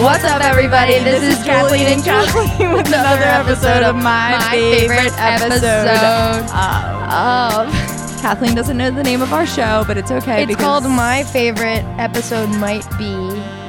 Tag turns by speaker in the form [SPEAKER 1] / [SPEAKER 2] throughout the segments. [SPEAKER 1] What's up, everybody? This is Kathleen and Kathleen with another episode of my, favorite episode. of Uh, Kathleen doesn't know the name of our show, but it's okay.
[SPEAKER 2] It's called My Favorite Episode Might Be.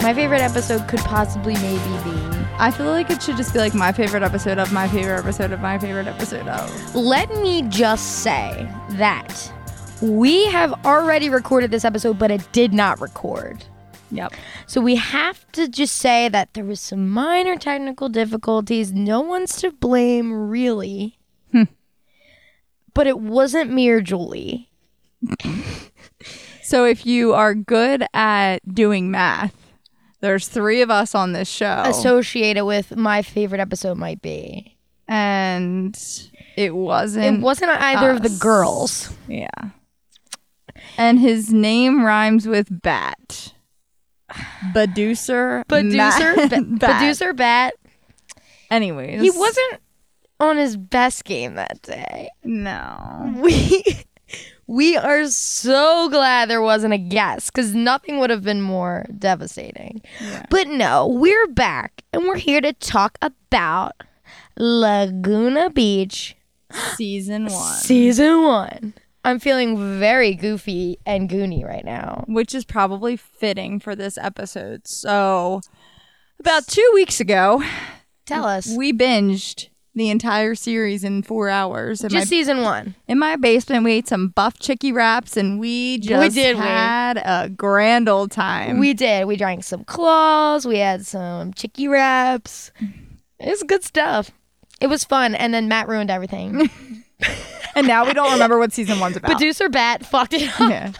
[SPEAKER 2] My favorite episode could possibly maybe be.
[SPEAKER 1] I feel like it should just be like my favorite episode of my favorite episode of my favorite episode of.
[SPEAKER 2] Let me just say that we have already recorded this episode, but it did not record.
[SPEAKER 1] Yep.
[SPEAKER 2] So we have to just say that there was some minor technical difficulties. No one's to blame, really. But it wasn't me or Julie.
[SPEAKER 1] So if you are good at doing math, there's three of us on this
[SPEAKER 2] Oh.
[SPEAKER 1] show,
[SPEAKER 2] Uh, Associated with my favorite episode might be.
[SPEAKER 1] and it wasn't.
[SPEAKER 2] It wasn't either of
[SPEAKER 1] us.
[SPEAKER 2] the girls.
[SPEAKER 1] Yeah. And his name rhymes with bat. Producer.
[SPEAKER 2] Producer,
[SPEAKER 1] Matt-
[SPEAKER 2] ba-
[SPEAKER 1] bat.
[SPEAKER 2] producer Bat.
[SPEAKER 1] Anyways,
[SPEAKER 2] He wasn't on his best game that day.
[SPEAKER 1] No.
[SPEAKER 2] We we are so glad there wasn't a guess because nothing would have been more devastating. But no, we're back and we're here to talk about Laguna Beach
[SPEAKER 1] Season one,
[SPEAKER 2] season one. I'm feeling very goofy and goony right now.
[SPEAKER 1] which is probably fitting for this episode. So, about two weeks ago,
[SPEAKER 2] Tell us.
[SPEAKER 1] we binged the entire series in four hours. In,
[SPEAKER 2] Just
[SPEAKER 1] my,
[SPEAKER 2] season one.
[SPEAKER 1] in my basement, we ate some buff chicky wraps, and we just
[SPEAKER 2] did, we-
[SPEAKER 1] had a grand old time.
[SPEAKER 2] We did. We drank some claws. We had some chicky wraps. It's good stuff. It was fun. And then Matt ruined everything.
[SPEAKER 1] and now we don't remember what season one's about.
[SPEAKER 2] Producer Bat fucked it up.
[SPEAKER 1] yeah.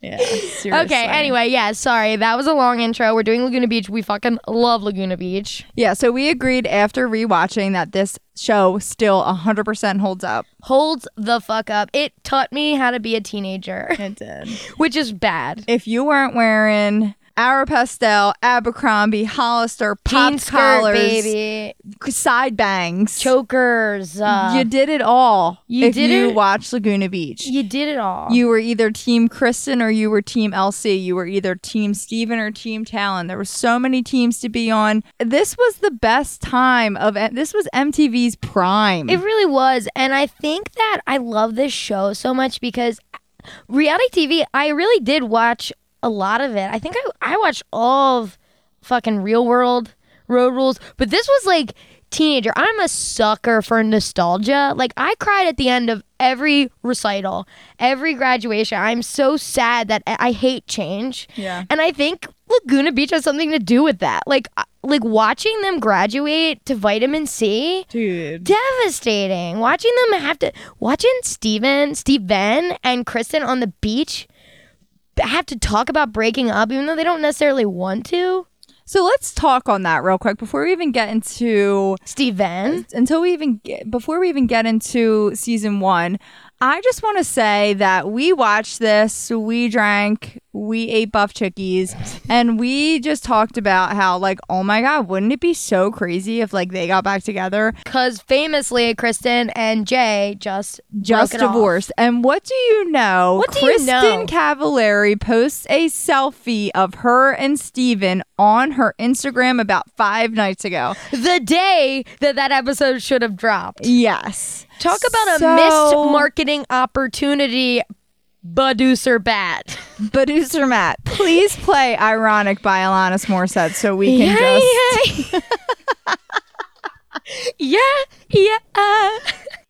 [SPEAKER 1] Yeah. Seriously.
[SPEAKER 2] Okay, anyway, yeah, sorry. That was a long intro. We're doing Laguna Beach. We fucking love Laguna Beach.
[SPEAKER 1] Yeah, so we agreed after rewatching that this show still 100% holds up.
[SPEAKER 2] Holds the fuck up. It taught me how to be a teenager,
[SPEAKER 1] It did.
[SPEAKER 2] which is bad.
[SPEAKER 1] If you weren't wearing Ara Pastel, Abercrombie, Hollister,
[SPEAKER 2] Teen
[SPEAKER 1] popped
[SPEAKER 2] skirt,
[SPEAKER 1] collars,
[SPEAKER 2] baby.
[SPEAKER 1] side bangs,
[SPEAKER 2] Chokers. Uh,
[SPEAKER 1] you
[SPEAKER 2] you,
[SPEAKER 1] did it all.
[SPEAKER 2] you
[SPEAKER 1] if
[SPEAKER 2] did
[SPEAKER 1] you
[SPEAKER 2] it-
[SPEAKER 1] watched Laguna Beach.
[SPEAKER 2] did it all.
[SPEAKER 1] you were either team Kristen or you were team Elsie. You were either team Steven or team Talon. There were so many teams to be on. This was the best time of this was MTV's prime.
[SPEAKER 2] It really was. And I think that I love this show so much because reality TV, I really did watch a lot of it. I think I, I watched all of fucking Real World, Road Rules, but this was like teenager. I'm a sucker for nostalgia. Like, I cried at the end of every recital, every graduation. I'm so sad that I I hate change.
[SPEAKER 1] Yeah.
[SPEAKER 2] And I think Laguna Beach has something to do with that. Like, I- like watching them graduate to vitamin C
[SPEAKER 1] Dude.
[SPEAKER 2] devastating. Watching them have to watching Steven, Steven and Kristen on the beach have to talk about breaking up even though they don't necessarily want to.
[SPEAKER 1] So let's talk on that real quick before we even get into
[SPEAKER 2] Steven.
[SPEAKER 1] until we even get, before we even get into season 1. I just want to say that we watched this, we drank, we ate buff chickies, and we just talked about how like, oh my god, wouldn't it be so crazy if like they got back together?
[SPEAKER 2] Cause famously Kristen and Jay just
[SPEAKER 1] just
[SPEAKER 2] broke it off.
[SPEAKER 1] divorced. And what do you know?
[SPEAKER 2] What do you
[SPEAKER 1] Kristen
[SPEAKER 2] know?
[SPEAKER 1] Cavallari posts a selfie of her and Steven on her Instagram about five nights ago.
[SPEAKER 2] The day that that episode should have dropped.
[SPEAKER 1] Yes.
[SPEAKER 2] Talk about a
[SPEAKER 1] So-
[SPEAKER 2] missed marketing opportunity, producer bat.
[SPEAKER 1] Producer Matt, please play Ironic by Alanis Morissette so we can just.
[SPEAKER 2] yeah, yeah. yeah.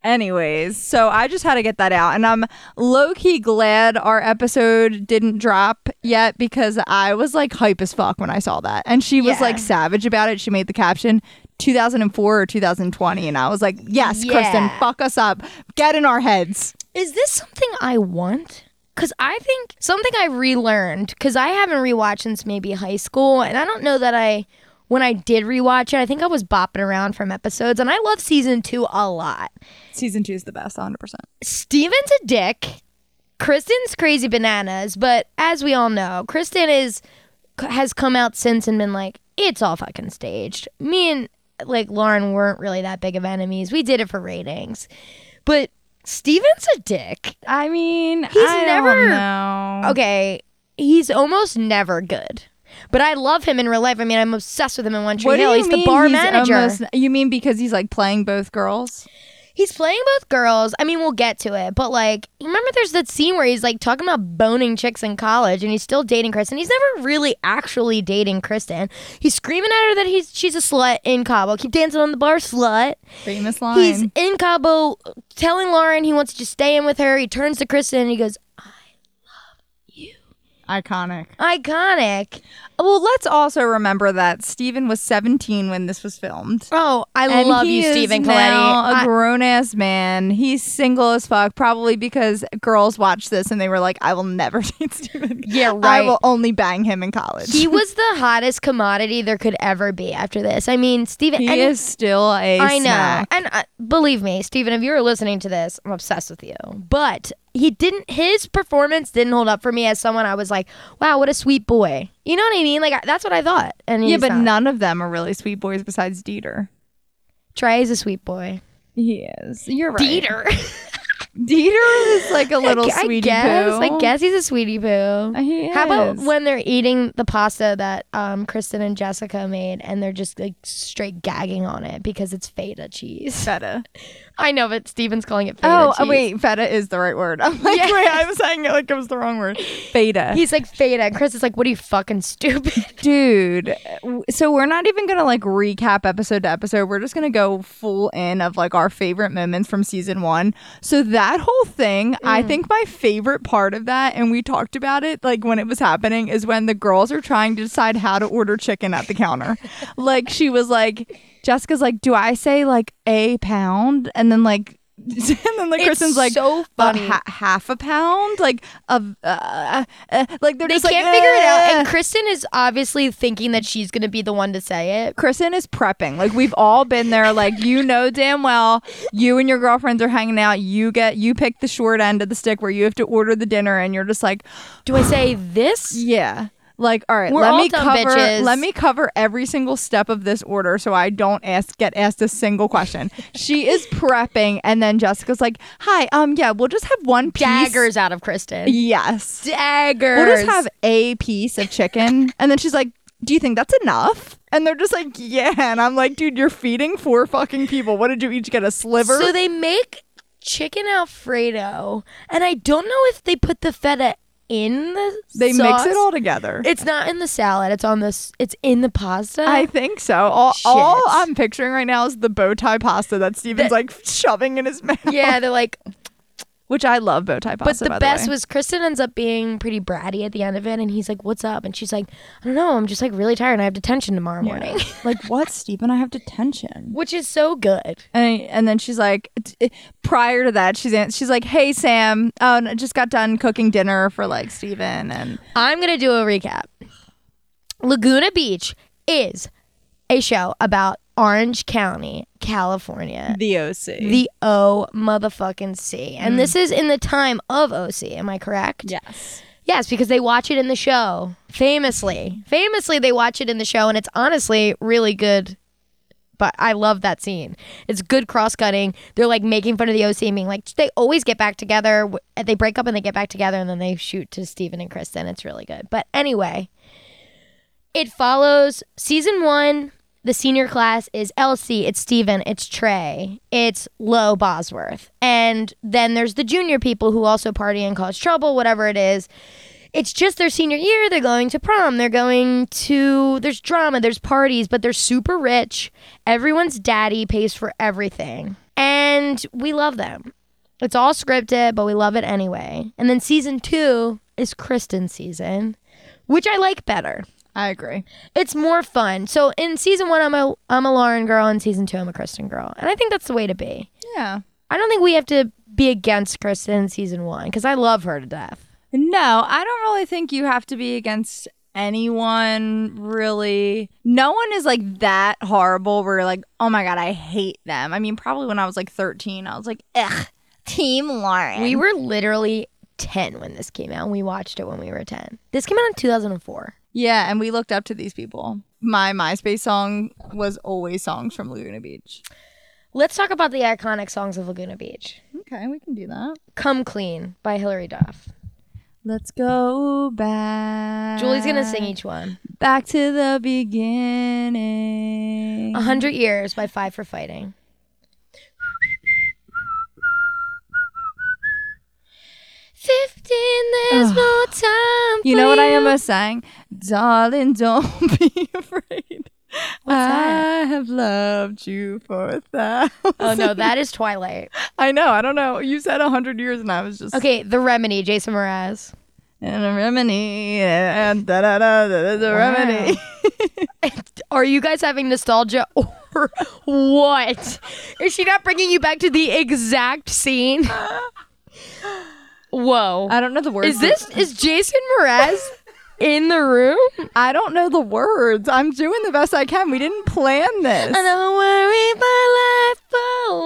[SPEAKER 1] Anyways, so I just had to get that out. And I'm low key glad our episode didn't drop yet because I was like hype as fuck when I saw that. And she was
[SPEAKER 2] Yeah.
[SPEAKER 1] like savage about it. She made the caption 2004 or 2020. And I was like, yes,
[SPEAKER 2] Yeah.
[SPEAKER 1] Kristen, fuck us up. Get in our heads.
[SPEAKER 2] Is this something I want? Because I think something I relearned, because I haven't rewatched since maybe high school, and I don't know that I, when I did rewatch it, I think I was bopping around from episodes, and I love season two a lot.
[SPEAKER 1] Season two is the best, 100%.
[SPEAKER 2] Steven's a dick. Kristen's crazy bananas, but as we all know, Kristen is has come out since and been like, it's all fucking staged. Me and like Lauren weren't really that big of enemies. We did it for ratings. But Steven's a dick.
[SPEAKER 1] I mean,
[SPEAKER 2] He's
[SPEAKER 1] I
[SPEAKER 2] never-
[SPEAKER 1] Don't know.
[SPEAKER 2] okay, he's almost never good. But I love him in real life. I mean, I'm obsessed with him in One Tree
[SPEAKER 1] What do
[SPEAKER 2] Hill.
[SPEAKER 1] you
[SPEAKER 2] He's
[SPEAKER 1] mean
[SPEAKER 2] the bar
[SPEAKER 1] he's
[SPEAKER 2] manager.
[SPEAKER 1] almost- you mean because he's like playing both girls?
[SPEAKER 2] He's playing both girls. I mean, we'll get to it, but like, remember there's that scene where he's like talking about boning chicks in college, and he's still dating Kristen. He's never really actually dating Kristen. He's screaming at her that he's she's a slut in Cabo. Keep dancing on the bar, slut.
[SPEAKER 1] Famous line.
[SPEAKER 2] He's in Cabo, telling Lauren he wants to just stay in with her. He turns to Kristen and he goes,
[SPEAKER 1] Iconic.
[SPEAKER 2] "Iconic."
[SPEAKER 1] Well, let's also remember that Steven was 17 when this was filmed.
[SPEAKER 2] Oh, I
[SPEAKER 1] And
[SPEAKER 2] love
[SPEAKER 1] he
[SPEAKER 2] you,
[SPEAKER 1] is
[SPEAKER 2] Stephen
[SPEAKER 1] now
[SPEAKER 2] Coletti.
[SPEAKER 1] a grown ass man. He's single as fuck, probably because girls watched this and they were like, "I will never date Steven.
[SPEAKER 2] Yeah,
[SPEAKER 1] I
[SPEAKER 2] right.
[SPEAKER 1] will only bang him in college."
[SPEAKER 2] he was the hottest commodity there could ever be after this. I mean, Stephen.
[SPEAKER 1] He
[SPEAKER 2] and
[SPEAKER 1] is still a
[SPEAKER 2] I know.
[SPEAKER 1] snack.
[SPEAKER 2] And uh, believe me, Steven, if you're listening to this, I'm obsessed with you. But he didn't, his performance didn't hold up for me as someone I was like, wow, what a sweet boy. You know what I mean? Like, I, that's what I thought. And
[SPEAKER 1] Yeah,
[SPEAKER 2] he's
[SPEAKER 1] but
[SPEAKER 2] not.
[SPEAKER 1] none of them are really sweet boys besides Dieter.
[SPEAKER 2] Trey is a sweet boy.
[SPEAKER 1] He is. You're right.
[SPEAKER 2] Dieter.
[SPEAKER 1] Dieter is like a little
[SPEAKER 2] I
[SPEAKER 1] sweetie
[SPEAKER 2] guess.
[SPEAKER 1] poo.
[SPEAKER 2] I guess he's a sweetie poo.
[SPEAKER 1] He
[SPEAKER 2] How about
[SPEAKER 1] is.
[SPEAKER 2] when they're eating the pasta that um, Kristen and Jessica made and they're just like straight gagging on it because it's feta cheese?
[SPEAKER 1] feta.
[SPEAKER 2] I know, but Steven's calling it feta
[SPEAKER 1] Oh,
[SPEAKER 2] cheese.
[SPEAKER 1] uh, wait, feta is the right word. I'm like,
[SPEAKER 2] Yes.
[SPEAKER 1] wait, I'm saying it like it was the wrong word. Feta.
[SPEAKER 2] He's like feta. And Chris is like, what are you fucking stupid?
[SPEAKER 1] dude w- so we're not even gonna like recap episode to episode we're just gonna go full in of like our favorite moments from season one so that whole thing
[SPEAKER 2] Mm.
[SPEAKER 1] i think my favorite part of that and we talked about it like when it was happening is when the girls are trying to decide how to order chicken at the counter like she was like jessica's like do i say like a pound and then like and then like
[SPEAKER 2] It's
[SPEAKER 1] Kristen's like
[SPEAKER 2] so
[SPEAKER 1] "A
[SPEAKER 2] funny."
[SPEAKER 1] ha- half a pound like of uh, uh, like they're
[SPEAKER 2] They
[SPEAKER 1] just
[SPEAKER 2] can't
[SPEAKER 1] like,
[SPEAKER 2] figure it out.
[SPEAKER 1] "Eh."
[SPEAKER 2] And Kristen is obviously thinking that she's going to be the one to say it.
[SPEAKER 1] Kristen is prepping. Like we've all been there. Like you know damn well, you and your girlfriends are hanging out. You get you pick the short end of the stick where you have to order the dinner, and you're just like,
[SPEAKER 2] Do I say this?
[SPEAKER 1] yeah. Like all right,
[SPEAKER 2] We're
[SPEAKER 1] let
[SPEAKER 2] all
[SPEAKER 1] me
[SPEAKER 2] dumb
[SPEAKER 1] cover
[SPEAKER 2] bitches.
[SPEAKER 1] let me cover every single step of this order so I don't ask get asked a single question. she is prepping, and then Jessica's like, "Hi, um, yeah, we'll just have one piece."
[SPEAKER 2] Daggers out of Kristen.
[SPEAKER 1] Yes.
[SPEAKER 2] Daggers.
[SPEAKER 1] We'll just have a piece of chicken. And then she's like, Do you think that's enough? And they're just like, Yeah. And I'm like, Dude, you're feeding four fucking people. What did you each get? A sliver?
[SPEAKER 2] So they make chicken alfredo, and I don't know if they put the feta in the
[SPEAKER 1] they
[SPEAKER 2] sauce.
[SPEAKER 1] mix it all together.
[SPEAKER 2] It's not in the salad. It's on this. It's in the pasta.
[SPEAKER 1] I think so. All, all
[SPEAKER 2] Shit.
[SPEAKER 1] I'm picturing right now is the bow tie pasta that Steven's
[SPEAKER 2] That-
[SPEAKER 1] like shoving in his mouth.
[SPEAKER 2] yeah, they're like.
[SPEAKER 1] Which I love bow tie
[SPEAKER 2] But
[SPEAKER 1] pasta.
[SPEAKER 2] the
[SPEAKER 1] by
[SPEAKER 2] best
[SPEAKER 1] way.
[SPEAKER 2] was Kristen ends up being pretty bratty at the end of it, and he's like, "What's up?" And she's like, "I don't know. I'm just like really tired, and I have detention tomorrow morning."
[SPEAKER 1] Yeah. like, what, Steven? I have detention.
[SPEAKER 2] which is so good.
[SPEAKER 1] And, and then she's like, t- eh, prior to that, she's an- she's like, "Hey Sam, um, I just got done cooking dinner for like Steven and
[SPEAKER 2] I'm gonna do a recap. Laguna Beach is a show about Orange County, California.
[SPEAKER 1] the OC."
[SPEAKER 2] The O motherfucking C. And this is in the time of OC, am I correct?
[SPEAKER 1] Mm. Yes.
[SPEAKER 2] Yes, because they watch it in the show. Famously. Famously they watch it in the show and it's honestly really good. But I love that scene. It's good cross cutting. They're like making fun of the OC and being like, they always get back together. W- uh, They break up and they get back together and then they shoot to Steven and Kristen. It's really good. But anyway, it follows season one. The senior class is Elsie, it's Steven, it's Trey, it's Lo Bosworth. And then there's the junior people who also party and cause trouble, whatever it is it's just their senior year. They're going to prom. They're going to, there's drama, there's parties, but they're super rich. Everyone's daddy pays for everything. And we love them. It's all scripted, but we love it anyway. And then season two is Kristen season, which I like better.
[SPEAKER 1] I agree.
[SPEAKER 2] It's more fun. So in season one, I'm a, I'm a Lauren girl. In season two, I'm a Kristen girl. And I think that's the way to be.
[SPEAKER 1] Yeah.
[SPEAKER 2] I don't think we have to be against Kristen in season one because I love her to death.
[SPEAKER 1] No, I don't really think you have to be against anyone really. No one is like that horrible where you're like, oh my God, I hate them. I mean, probably when I was like 13, I was like, ugh, Team Lauren.
[SPEAKER 2] We were literally 10 when this came out, and we watched it when we were 10. This came out in 2004.
[SPEAKER 1] yeah, and we looked up to these people. My MySpace song was always songs from Laguna Beach.
[SPEAKER 2] Let's talk about the iconic songs of Laguna Beach.
[SPEAKER 1] Okay, we can do that.
[SPEAKER 2] Come Clean by Hilary Duff.
[SPEAKER 1] Let's go back.
[SPEAKER 2] Julie's gonna sing each one.
[SPEAKER 1] Back to the beginning.
[SPEAKER 2] A hundred years by Five for Fighting. Fifteen, there's
[SPEAKER 1] Ugh.
[SPEAKER 2] more time.
[SPEAKER 1] You know
[SPEAKER 2] for
[SPEAKER 1] what I
[SPEAKER 2] you.
[SPEAKER 1] almost sang? Darling, don't be afraid.
[SPEAKER 2] that?
[SPEAKER 1] I have loved you for a thousand.
[SPEAKER 2] Oh no, that is Twilight.
[SPEAKER 1] I know. I don't know. You said a hundred years, and I was just
[SPEAKER 2] Okay, The Remedy, Jason Mraz.
[SPEAKER 1] And a remedy, and da da da da da.
[SPEAKER 2] Wow.
[SPEAKER 1] Remedy.
[SPEAKER 2] Are you guys having nostalgia or what? Is she not bringing you back to the exact scene? Whoa.
[SPEAKER 1] I don't know the words.
[SPEAKER 2] Is this is Jason Mraz in the room?
[SPEAKER 1] I don't know the words. I'm doing the best I can. We didn't plan this.
[SPEAKER 2] I don't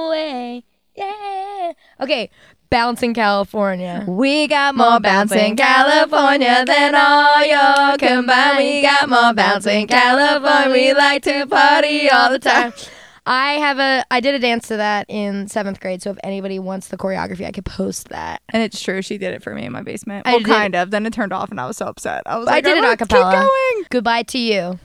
[SPEAKER 2] worry my life away. Yeah. Okay, bouncing California.
[SPEAKER 1] We got
[SPEAKER 2] more bounce in California than all your combined. We got more bounce in California. We like to party all the time. I have a I did a dance to that in seventh grade, so if anybody wants the choreography, I could post that.
[SPEAKER 1] And it's true, she did it for me in my basement.
[SPEAKER 2] I
[SPEAKER 1] Well,
[SPEAKER 2] did-
[SPEAKER 1] kind of. Then it turned off, and I was so upset. I was
[SPEAKER 2] I
[SPEAKER 1] like,
[SPEAKER 2] did
[SPEAKER 1] "Oh,
[SPEAKER 2] it
[SPEAKER 1] let's
[SPEAKER 2] a cappella.
[SPEAKER 1] Keep going.
[SPEAKER 2] Goodbye to you.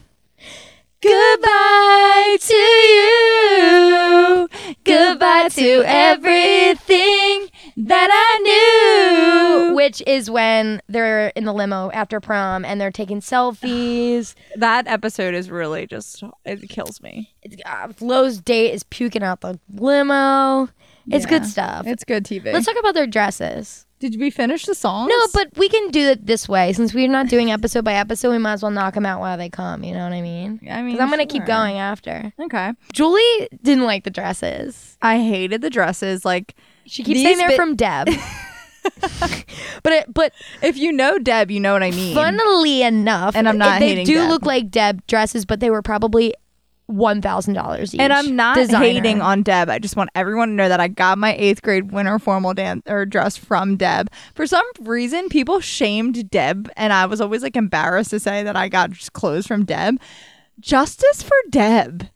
[SPEAKER 2] Goodbye to you.
[SPEAKER 1] Goodbye to
[SPEAKER 2] everything
[SPEAKER 1] that I knew.
[SPEAKER 2] Which is when they're in the limo after prom and they're taking selfies.
[SPEAKER 1] That episode is really just it kills me.
[SPEAKER 2] It's- uh, Flo's date is puking out the limo. It's good
[SPEAKER 1] Yeah.
[SPEAKER 2] stuff.
[SPEAKER 1] It's good TV.
[SPEAKER 2] Let's talk about their dresses.
[SPEAKER 1] did we finish the songs?
[SPEAKER 2] No, but we can do it this way. Since we're not doing episode by episode, we might as well knock them out while they come. You know what I mean?
[SPEAKER 1] I mean,
[SPEAKER 2] Because I'm going to keep
[SPEAKER 1] sure.
[SPEAKER 2] going after.
[SPEAKER 1] Okay.
[SPEAKER 2] Julie didn't like the dresses.
[SPEAKER 1] I hated the dresses. Like
[SPEAKER 2] She keeps
[SPEAKER 1] These
[SPEAKER 2] saying they're
[SPEAKER 1] bi-
[SPEAKER 2] from Deb. but it, but
[SPEAKER 1] if you know Deb, you know what I mean.
[SPEAKER 2] funnily enough,
[SPEAKER 1] And I'm not
[SPEAKER 2] they
[SPEAKER 1] hating
[SPEAKER 2] do
[SPEAKER 1] Deb.
[SPEAKER 2] look like Deb dresses, but they were probably one thousand dollars each.
[SPEAKER 1] and I'm not
[SPEAKER 2] Designer.
[SPEAKER 1] hating on Deb. I just want everyone to know that I got my eighth grade winter formal dance or dress from Deb. For some reason, people shamed Deb, and I was always like embarrassed to say that I got just clothes from Deb. Justice for Deb.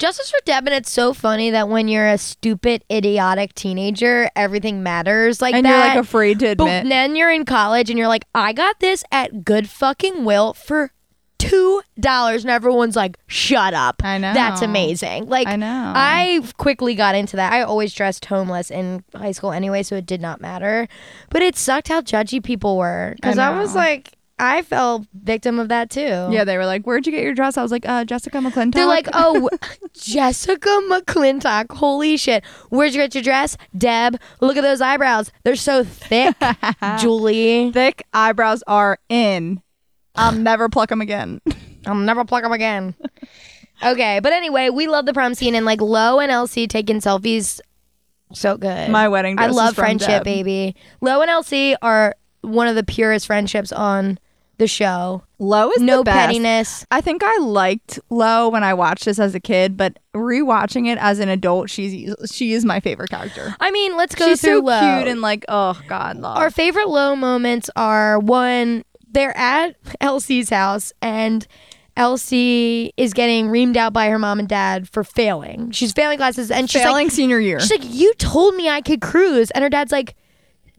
[SPEAKER 2] Justice for Deb, and it's so funny that when you're a stupid, idiotic teenager, everything matters like
[SPEAKER 1] and
[SPEAKER 2] that.
[SPEAKER 1] you're like afraid to
[SPEAKER 2] But
[SPEAKER 1] admit.
[SPEAKER 2] then you're in college and you're like, I got this at good fucking will for two dollars, and everyone's like, "Shut up!"
[SPEAKER 1] I know.
[SPEAKER 2] that's amazing. Like,
[SPEAKER 1] I know.
[SPEAKER 2] I quickly got into that. I always dressed homeless in high school anyway, so it did not matter. But it sucked how judgy people were because I,
[SPEAKER 1] I
[SPEAKER 2] was
[SPEAKER 1] know.
[SPEAKER 2] like, I fell victim of that too.
[SPEAKER 1] yeah, they were like, "Where'd you get your dress?" I was like, "Uh, Jessica McClintock."
[SPEAKER 2] They're like, oh, Jessica McClintock. Holy shit. Where'd you get your dress? Deb, look at those eyebrows. They're so thick. Julie.
[SPEAKER 1] "Thick eyebrows are in. I'll never pluck them again."
[SPEAKER 2] I'll never plug them again. okay, but anyway, we love the prom scene and like Lo and Elsie taking selfies, so good.
[SPEAKER 1] My wedding
[SPEAKER 2] I
[SPEAKER 1] dress is
[SPEAKER 2] love
[SPEAKER 1] from
[SPEAKER 2] friendship,
[SPEAKER 1] Deb.
[SPEAKER 2] baby. Lo and Elsie are one of the purest friendships on the show.
[SPEAKER 1] Low is
[SPEAKER 2] No
[SPEAKER 1] the best.
[SPEAKER 2] pettiness.
[SPEAKER 1] I think I liked Lo when I watched this as a kid, but rewatching it as an adult, she's she is my favorite character.
[SPEAKER 2] I mean, let's go
[SPEAKER 1] she's
[SPEAKER 2] through
[SPEAKER 1] so
[SPEAKER 2] Lo.
[SPEAKER 1] cute and like, oh god, love.
[SPEAKER 2] Our favorite Lo moments are one, they're at Elsie's house and Elsie is getting reamed out by her mom and dad for failing. She's failing classes and she's like
[SPEAKER 1] Failing senior year.
[SPEAKER 2] She's like, you told me I could cruise, and her dad's like,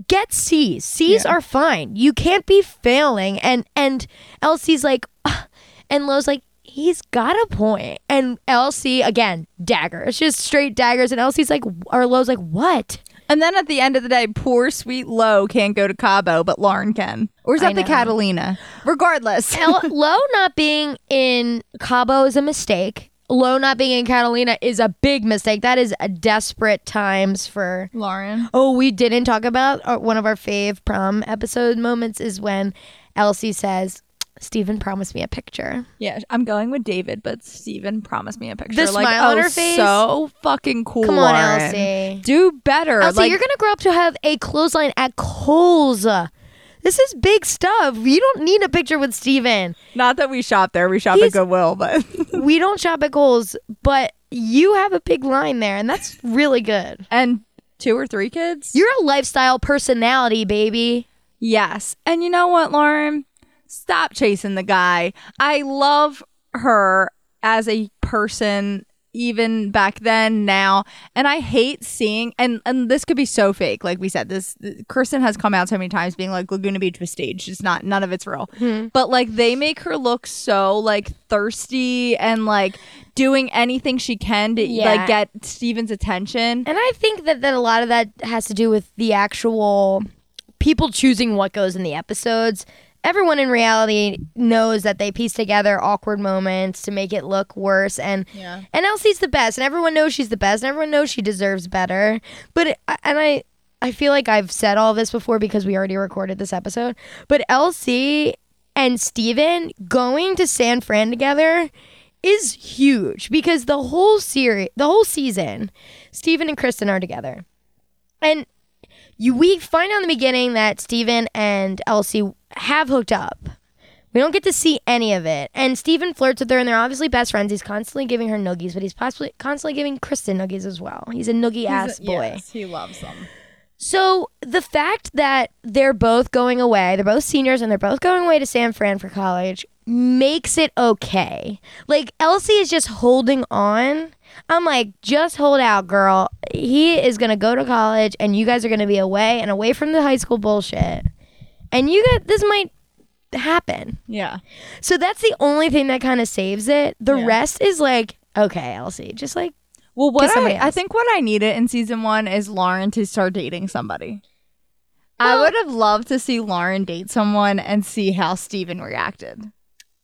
[SPEAKER 2] get C's. C's
[SPEAKER 1] Yeah.
[SPEAKER 2] are fine. You can't be failing. And and Elsie's like, "Ugh." and Lo's like, he's got a point. And Elsie again, dagger. It's just straight daggers. And Elsie's like, or Lo's like, what?
[SPEAKER 1] and then at the end of the day, poor sweet Lo can't go to Cabo, but Lauren can. Or is
[SPEAKER 2] I
[SPEAKER 1] that the
[SPEAKER 2] know.
[SPEAKER 1] Catalina? Regardless.
[SPEAKER 2] El- Lo not being in Cabo is a mistake. Lo not being in Catalina is a big mistake. That is a desperate times for
[SPEAKER 1] Lauren.
[SPEAKER 2] Oh, we didn't talk about our, one of our fave prom episode moments is when Elsie says, Stephen promised me a picture.
[SPEAKER 1] Yeah, I'm going with David, but Steven promised me a picture.
[SPEAKER 2] The
[SPEAKER 1] like,
[SPEAKER 2] smile on
[SPEAKER 1] oh,
[SPEAKER 2] her face?
[SPEAKER 1] So fucking cool.
[SPEAKER 2] Come on,
[SPEAKER 1] Lauren.
[SPEAKER 2] Elsie.
[SPEAKER 1] Do better.
[SPEAKER 2] Elsie,
[SPEAKER 1] like,
[SPEAKER 2] you're going to grow up to have a clothesline at Kohl's. This is big stuff. You don't need a picture with Steven.
[SPEAKER 1] not that we shop there, we shop
[SPEAKER 2] He's-
[SPEAKER 1] at Goodwill, but
[SPEAKER 2] we don't shop at Kohl's, but you have a big line there, and that's really good.
[SPEAKER 1] and two or three kids.
[SPEAKER 2] You're a lifestyle personality, baby.
[SPEAKER 1] Yes. And you know what, Lauren? Stop chasing the guy. I love her as a person, even back then now and i hate seeing and and this could be so fake like we said this th- kirsten has come out so many times being like laguna beach was staged it's not none of it's real
[SPEAKER 2] Mm-hmm.
[SPEAKER 1] but like they make her look so like thirsty and like doing anything she can to
[SPEAKER 2] Yeah.
[SPEAKER 1] like get steven's attention
[SPEAKER 2] And I think that, that a lot of that has to do with the actual people choosing what goes in the episodes. Everyone in reality knows that they piece together awkward moments to make it look worse, and
[SPEAKER 1] Yeah.
[SPEAKER 2] and Elsie's the best, and everyone knows she's the best, and everyone knows she deserves better. But it, and I I feel like I've said all this before because we already recorded this episode. But Elsie and Steven going to San Fran together is huge because the whole series, the whole season, Steven and Kristen are together. And you we find out in the beginning that Steven and Elsie have hooked up. We don't get to see any of it. And Steven flirts with her and they're obviously best friends. He's constantly giving her noogies, but he's possibly constantly giving Kristen noogies as well. He's a noogie ass boy.
[SPEAKER 1] he loves them
[SPEAKER 2] So the fact that they're both going away, they're both seniors and they're both going away to San Fran for college makes it okay. Like Elsie is just holding on. I'm like, just hold out, girl. He is going to go to college and you guys are going to be away and away from the high school bullshit. And you got this might happen.
[SPEAKER 1] yeah
[SPEAKER 2] So that's the only thing that kind of saves it. The
[SPEAKER 1] Yeah.
[SPEAKER 2] rest is like, okay, Elsie, just like
[SPEAKER 1] Well, what
[SPEAKER 2] to somebody
[SPEAKER 1] I, I
[SPEAKER 2] else.
[SPEAKER 1] think what I needed in season one is Lauren to start dating somebody. I
[SPEAKER 2] Well-
[SPEAKER 1] would have loved to see Lauren date someone and see how Steven reacted.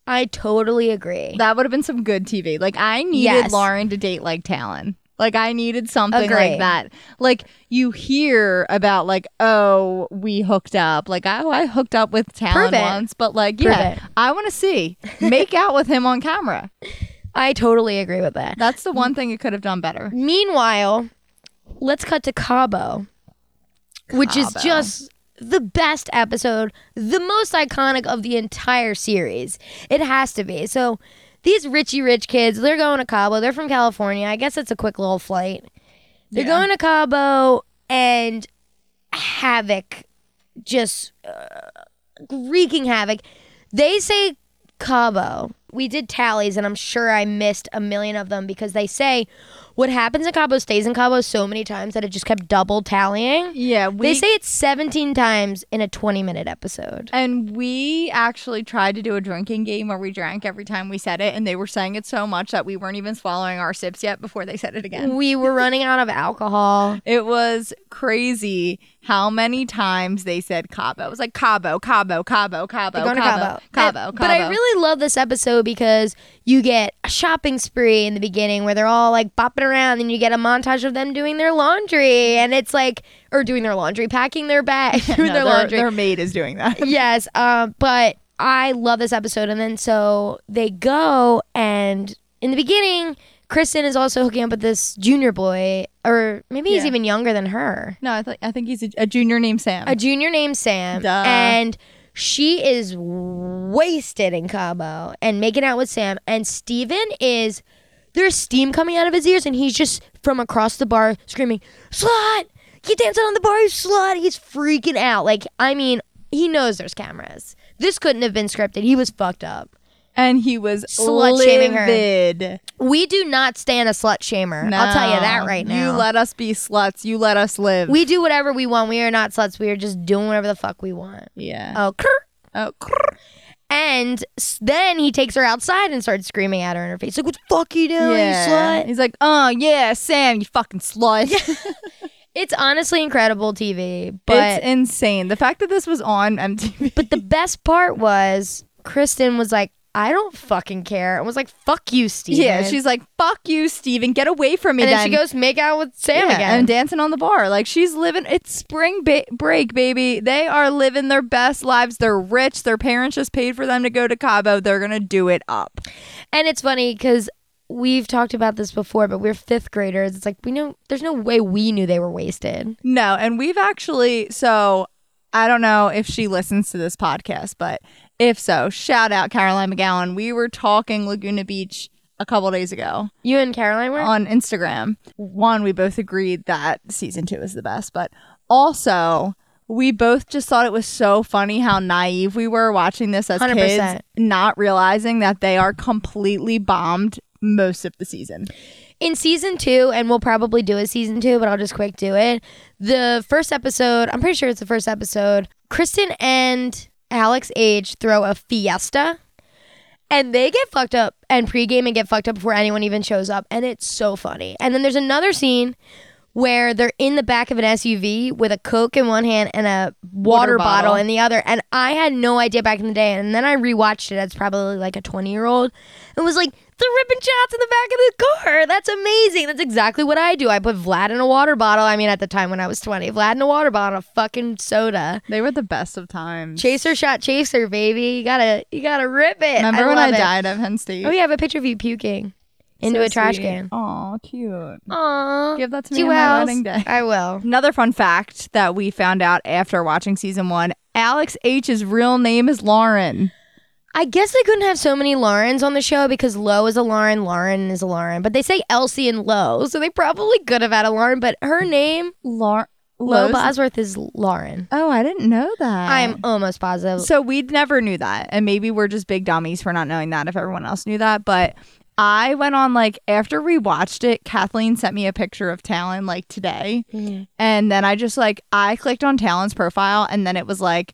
[SPEAKER 2] I totally agree.
[SPEAKER 1] That would have been some good TV. Like I needed
[SPEAKER 2] Yes.
[SPEAKER 1] Lauren to date like Talon. Like I needed something
[SPEAKER 2] Agree.
[SPEAKER 1] like that. Like you hear about like oh we hooked up. Like oh I hooked up with Talon
[SPEAKER 2] Prove it.
[SPEAKER 1] once, but like
[SPEAKER 2] Prove
[SPEAKER 1] yeah
[SPEAKER 2] it.
[SPEAKER 1] I want to see make out with him on camera.
[SPEAKER 2] I totally agree with that.
[SPEAKER 1] That's the one thing you could have done better.
[SPEAKER 2] Meanwhile, let's cut to Cabo, which is
[SPEAKER 1] Cabo.
[SPEAKER 2] just the best episode, the most iconic of the entire series. It has to be. So, these Richie Rich kids, they're going to Cabo. They're from California. I guess it's a quick little flight. They're
[SPEAKER 1] Yeah.
[SPEAKER 2] going to Cabo, and havoc just uh, wreaking havoc. They say Cabo. We did tallies, and I'm sure I missed a million of them because they say what happens in Cabo stays in Cabo so many times that it just kept double tallying.
[SPEAKER 1] Yeah, we
[SPEAKER 2] they say it's 17 times in a 20 minute episode.
[SPEAKER 1] And we actually tried to do a drinking game where we drank every time we said it, and they were saying it so much that we weren't even swallowing our sips yet before they said it again.
[SPEAKER 2] We were running out of alcohol.
[SPEAKER 1] It was crazy how many times they said Cabo. It was like Cabo, Cabo, Cabo, Cabo,
[SPEAKER 2] They're going to
[SPEAKER 1] Cabo,
[SPEAKER 2] Cabo.
[SPEAKER 1] Cabo,
[SPEAKER 2] And- But I really love this episode because you get a shopping spree in the beginning where they're all like bopping around and you get a montage of them doing their laundry and it's like or doing their laundry, packing their bag, doing
[SPEAKER 1] No,
[SPEAKER 2] their
[SPEAKER 1] their,
[SPEAKER 2] laundry.
[SPEAKER 1] their maid is doing that.
[SPEAKER 2] yes, um, but I love this episode and then so they go and in the beginning Kristen is also hooking up with this junior boy or maybe he's
[SPEAKER 1] Yeah.
[SPEAKER 2] even younger than her
[SPEAKER 1] No, I, th- I think he's a, a junior named Sam.
[SPEAKER 2] a junior named Sam,
[SPEAKER 1] Duh.
[SPEAKER 2] and she is wasted in Cabo and making out with Sam. And Steven is there's steam coming out of his ears, and he's just from across the bar screaming, "Slut! You dancing on the bar, you slut!" He's freaking out. Like, I mean, he knows there's cameras. This couldn't have been scripted. He was fucked up.
[SPEAKER 1] and he was
[SPEAKER 2] Slut-shaming her.
[SPEAKER 1] livid.
[SPEAKER 2] We do not stand a slut shamer. I'll tell you that
[SPEAKER 1] No.
[SPEAKER 2] right now.
[SPEAKER 1] You let us be sluts. You let us live.
[SPEAKER 2] we do whatever we want. We are not sluts. We are just doing whatever the fuck we want.
[SPEAKER 1] yeah.
[SPEAKER 2] Oh, krr.
[SPEAKER 1] Oh,
[SPEAKER 2] And s- then he takes her outside and starts screaming at her in her face, like, what the fuck you doing, you slut?
[SPEAKER 1] He's like, oh yeah, Sam, you fucking slut.
[SPEAKER 2] It's honestly incredible TV. But
[SPEAKER 1] it's insane. The fact that this was on MTV.
[SPEAKER 2] but the best part was Kristen was like, I don't fucking care. And was like, fuck you, Steve.
[SPEAKER 1] yeah, she's like, fuck you, Steven. Get away from me.
[SPEAKER 2] And then,
[SPEAKER 1] then
[SPEAKER 2] she goes make out with Sam
[SPEAKER 1] Yeah,
[SPEAKER 2] again.
[SPEAKER 1] and dancing on the bar. Like she's living. It's spring ba- break, baby. They are living their best lives. They're rich. Their parents just paid for them to go to Cabo. They're gonna do it up.
[SPEAKER 2] And it's funny because we've talked about this before, but we're fifth graders. It's like we know there's no way we knew they were wasted.
[SPEAKER 1] No, and we've actually so I don't know if she listens to this podcast, but if so, shout out Caroline McGowan. We were talking Laguna Beach a couple days ago
[SPEAKER 2] You and Caroline were?
[SPEAKER 1] on Instagram. One, we both agreed that season two is the best, but also we both just thought it was so funny how naive we were watching this as
[SPEAKER 2] 100%.
[SPEAKER 1] kids, not realizing that they are completely bombed most of the season.
[SPEAKER 2] in season two, and we'll probably do a season two, but I'll just quick do it. The first episode, I'm pretty sure it's the first episode. Kristen and Alex Age throw a fiesta, and they get fucked up and pregame and get fucked up before anyone even shows up, and it's so funny. And then there's another scene where they're in the back of an SUV with a Coke in one hand and a water,
[SPEAKER 1] Water bottle.
[SPEAKER 2] bottle in the other, and I had no idea back in the day. And then I rewatched it as probably like a 20 year old and was like, the ripping shots in the back of the car. That's amazing. That's exactly what I do. I put Vlad in a water bottle. I mean, at the time when I was 20, Vlad in a water bottle, a fucking soda.
[SPEAKER 1] They were the best of times.
[SPEAKER 2] Chaser shot chaser, baby. You gotta, you gotta rip it.
[SPEAKER 1] Remember when I
[SPEAKER 2] love it.
[SPEAKER 1] died at Penn State?
[SPEAKER 2] Oh yeah, I have a picture of you puking into a trash can.
[SPEAKER 1] Oh, cute.
[SPEAKER 2] Aww.
[SPEAKER 1] Give that to me
[SPEAKER 2] Two
[SPEAKER 1] on my
[SPEAKER 2] L's.
[SPEAKER 1] wedding day.
[SPEAKER 2] I will.
[SPEAKER 1] Another fun fact that we found out after watching season one Alex H's real name is Lauren.
[SPEAKER 2] I guess they couldn't have so many Laurens on the show because Lo is a Lauren, Lauren is a Lauren, but they say Elsie and Lo, so they probably could have had a Lauren, but her name
[SPEAKER 1] Lauren.
[SPEAKER 2] Lo Bosworth is Lauren.
[SPEAKER 1] Oh, I didn't know that.
[SPEAKER 2] I'm almost positive.
[SPEAKER 1] So we never knew that. And maybe we're just big dummies for not knowing that if everyone else knew that. But I went on, like, after we watched it, Kathleen sent me a picture of Talon, like, today. And then I just, like, I clicked on Talon's profile and then it was like,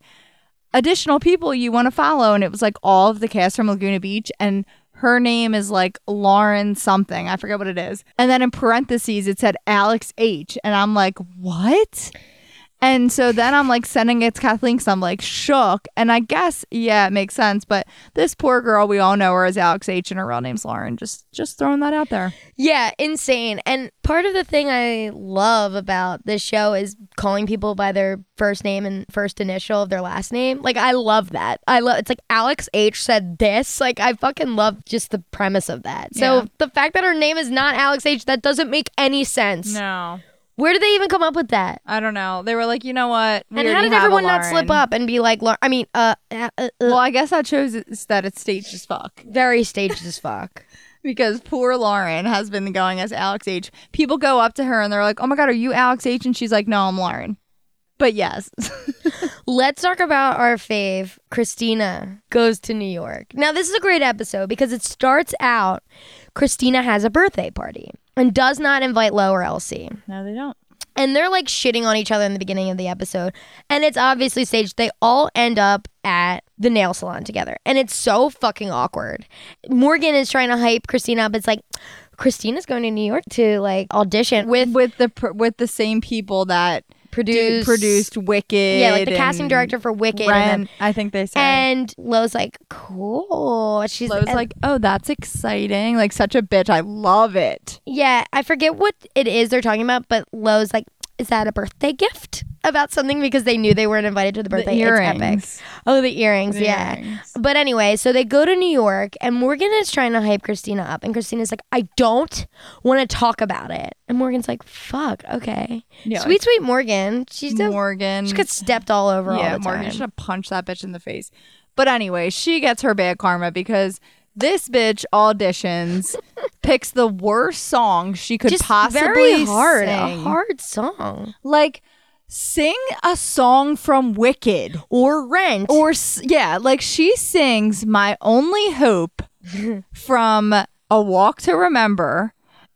[SPEAKER 1] additional people you want to follow. And it was like all of the cast from Laguna Beach. And her name is like Lauren something. I forget what it is. And then in parentheses, it said Alex H. And I'm like, what? And so then I'm like sending it to Kathleen because I'm like shook. And I guess, yeah, it makes sense. But this poor girl, we all know her as Alex H and her real name's Lauren. Just just throwing that out there.
[SPEAKER 2] Yeah, insane. And part of the thing I love about this show is calling people by their first name and first initial of their last name. Like I love that. I love it's like Alex H said this. Like I fucking love just the premise of that. So
[SPEAKER 1] Yeah.
[SPEAKER 2] the fact that her name is not Alex H that doesn't make any sense.
[SPEAKER 1] No.
[SPEAKER 2] Where did they even come up with that?
[SPEAKER 1] I don't know. They were like, you know what? We
[SPEAKER 2] and how
[SPEAKER 1] already
[SPEAKER 2] did
[SPEAKER 1] have a
[SPEAKER 2] everyone not slip
[SPEAKER 1] Lauren.
[SPEAKER 2] up and be like, Lau- I mean, uh, uh, uh, uh,
[SPEAKER 1] Well, I guess that shows it's that it's staged as fuck.
[SPEAKER 2] very staged as fuck.
[SPEAKER 1] because poor Lauren has been going as Alex H. People go up to her and they're like, "Oh my god, are you Alex H?" And she's like, "No, I'm Lauren." But yes,
[SPEAKER 2] Let's talk about our fave, Christina goes to New York. Now, this is a great episode because it starts out Christina has a birthday party and does not invite Lo or Elsie.
[SPEAKER 1] no, they don't.
[SPEAKER 2] And they're like shitting on each other in the beginning of the episode. And it's obviously staged. They all end up at the nail salon together. And it's so fucking awkward. Morgan is trying to hype Christina up. It's like, Christina's going to New York to like audition with
[SPEAKER 1] With the pr- with the same people that
[SPEAKER 2] produce.
[SPEAKER 1] do- produced Wicked,
[SPEAKER 2] Yeah, like the casting
[SPEAKER 1] and
[SPEAKER 2] director for Wicked. and then-
[SPEAKER 1] Rent, I think they said.
[SPEAKER 2] And Lo's like, cool. And She's
[SPEAKER 1] Lo's
[SPEAKER 2] and-
[SPEAKER 1] like, "Oh, that's exciting! Like such a bitch. I love it."
[SPEAKER 2] yeah, I forget what it is they're talking about, but Lo's like, is that a birthday gift about something? Because they knew they weren't invited to the birthday. It's epic. Oh, the earrings.
[SPEAKER 1] The
[SPEAKER 2] yeah.
[SPEAKER 1] earrings.
[SPEAKER 2] But anyway, so they go to New York, and Morgan is trying to hype Christina up, and Christina's like, I don't want to talk about it. And Morgan's like, fuck, okay.
[SPEAKER 1] Yeah,
[SPEAKER 2] sweet, sweet Morgan. She's a,
[SPEAKER 1] Morgan.
[SPEAKER 2] she got stepped all over all the time.
[SPEAKER 1] Morgan should have punched that bitch in the face. But anyway, she gets her bad karma because this bitch auditions, picks the worst song she could
[SPEAKER 2] Just
[SPEAKER 1] possibly
[SPEAKER 2] very hard,
[SPEAKER 1] sing.
[SPEAKER 2] a hard song.
[SPEAKER 1] like sing a song from Wicked
[SPEAKER 2] Or rent.
[SPEAKER 1] or s- yeah, like she sings "My Only Hope" from "A Walk to Remember."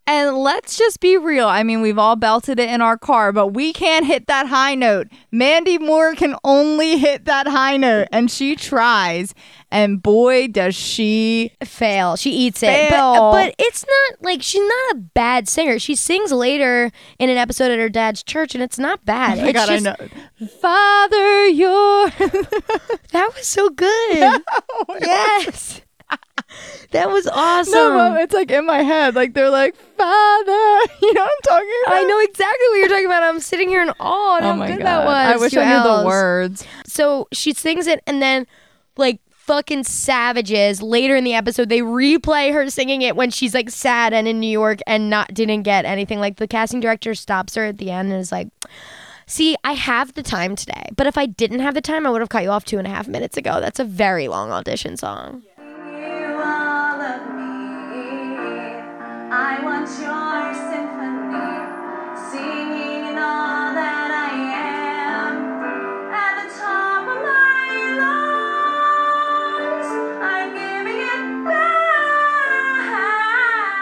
[SPEAKER 1] And let's just be real. I mean, we've all belted it in our car, but we can't hit that high note. Mandy Moore can only hit that high note, and she tries. And boy, does she.
[SPEAKER 2] fail. She eats it. But,
[SPEAKER 1] Fail.
[SPEAKER 2] but it's not like she's not a bad singer. She sings later in an episode at her dad's church, and it's not bad.
[SPEAKER 1] Oh I
[SPEAKER 2] it's
[SPEAKER 1] got
[SPEAKER 2] just,
[SPEAKER 1] a note. Father, your.
[SPEAKER 2] That was so good.
[SPEAKER 1] Oh
[SPEAKER 2] yes. that was awesome.
[SPEAKER 1] No, Mom, it's like in my head. Like they're like, Father. You know what I'm talking about?
[SPEAKER 2] I know exactly what you're talking about. I'm sitting here in awe at
[SPEAKER 1] Oh
[SPEAKER 2] how
[SPEAKER 1] my
[SPEAKER 2] good
[SPEAKER 1] God.
[SPEAKER 2] that was.
[SPEAKER 1] I wish
[SPEAKER 2] You
[SPEAKER 1] I knew
[SPEAKER 2] elves.
[SPEAKER 1] the words.
[SPEAKER 2] So she sings it, and then like fucking savages later in the episode they replay her singing it when she's like sad and in New York and not didn't get anything. Like the casting director stops her at the end and is like. See, I have the time today, but if I didn't have the time, I would have cut you off two and a half minutes ago. That's a very long audition song.
[SPEAKER 3] You all of me. I want your symphony, singing all that I am.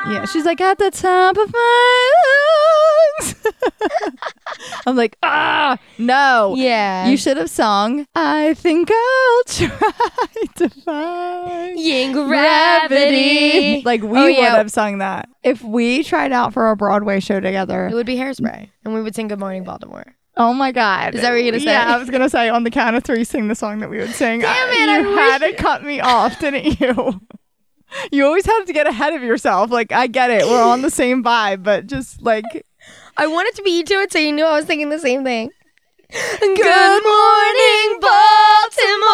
[SPEAKER 1] Yeah, she's like at the top of my lungs. I'm like, ah, no.
[SPEAKER 2] Yeah.
[SPEAKER 1] You should have sung. I think I'll try to find
[SPEAKER 2] Yin
[SPEAKER 1] gravity.
[SPEAKER 2] gravity.
[SPEAKER 1] Like we
[SPEAKER 2] Oh,
[SPEAKER 1] would
[SPEAKER 2] yeah.
[SPEAKER 1] have sung that if we tried out for a Broadway show together.
[SPEAKER 2] It would be hairspray, and we would sing "Good Morning Baltimore."
[SPEAKER 1] Oh my God!
[SPEAKER 2] Is that what you're gonna say?
[SPEAKER 1] Yeah, I was gonna say on the count of three, sing the song that we would sing. Uh,
[SPEAKER 2] Damn it, I
[SPEAKER 1] You
[SPEAKER 2] wish-
[SPEAKER 1] had to cut me off, didn't you? You always have to get ahead of yourself. Like I get it, we're on the same vibe, but just like
[SPEAKER 2] I wanted to be into it, so you knew I was thinking the same thing.
[SPEAKER 1] Good
[SPEAKER 2] morning, Baltimore.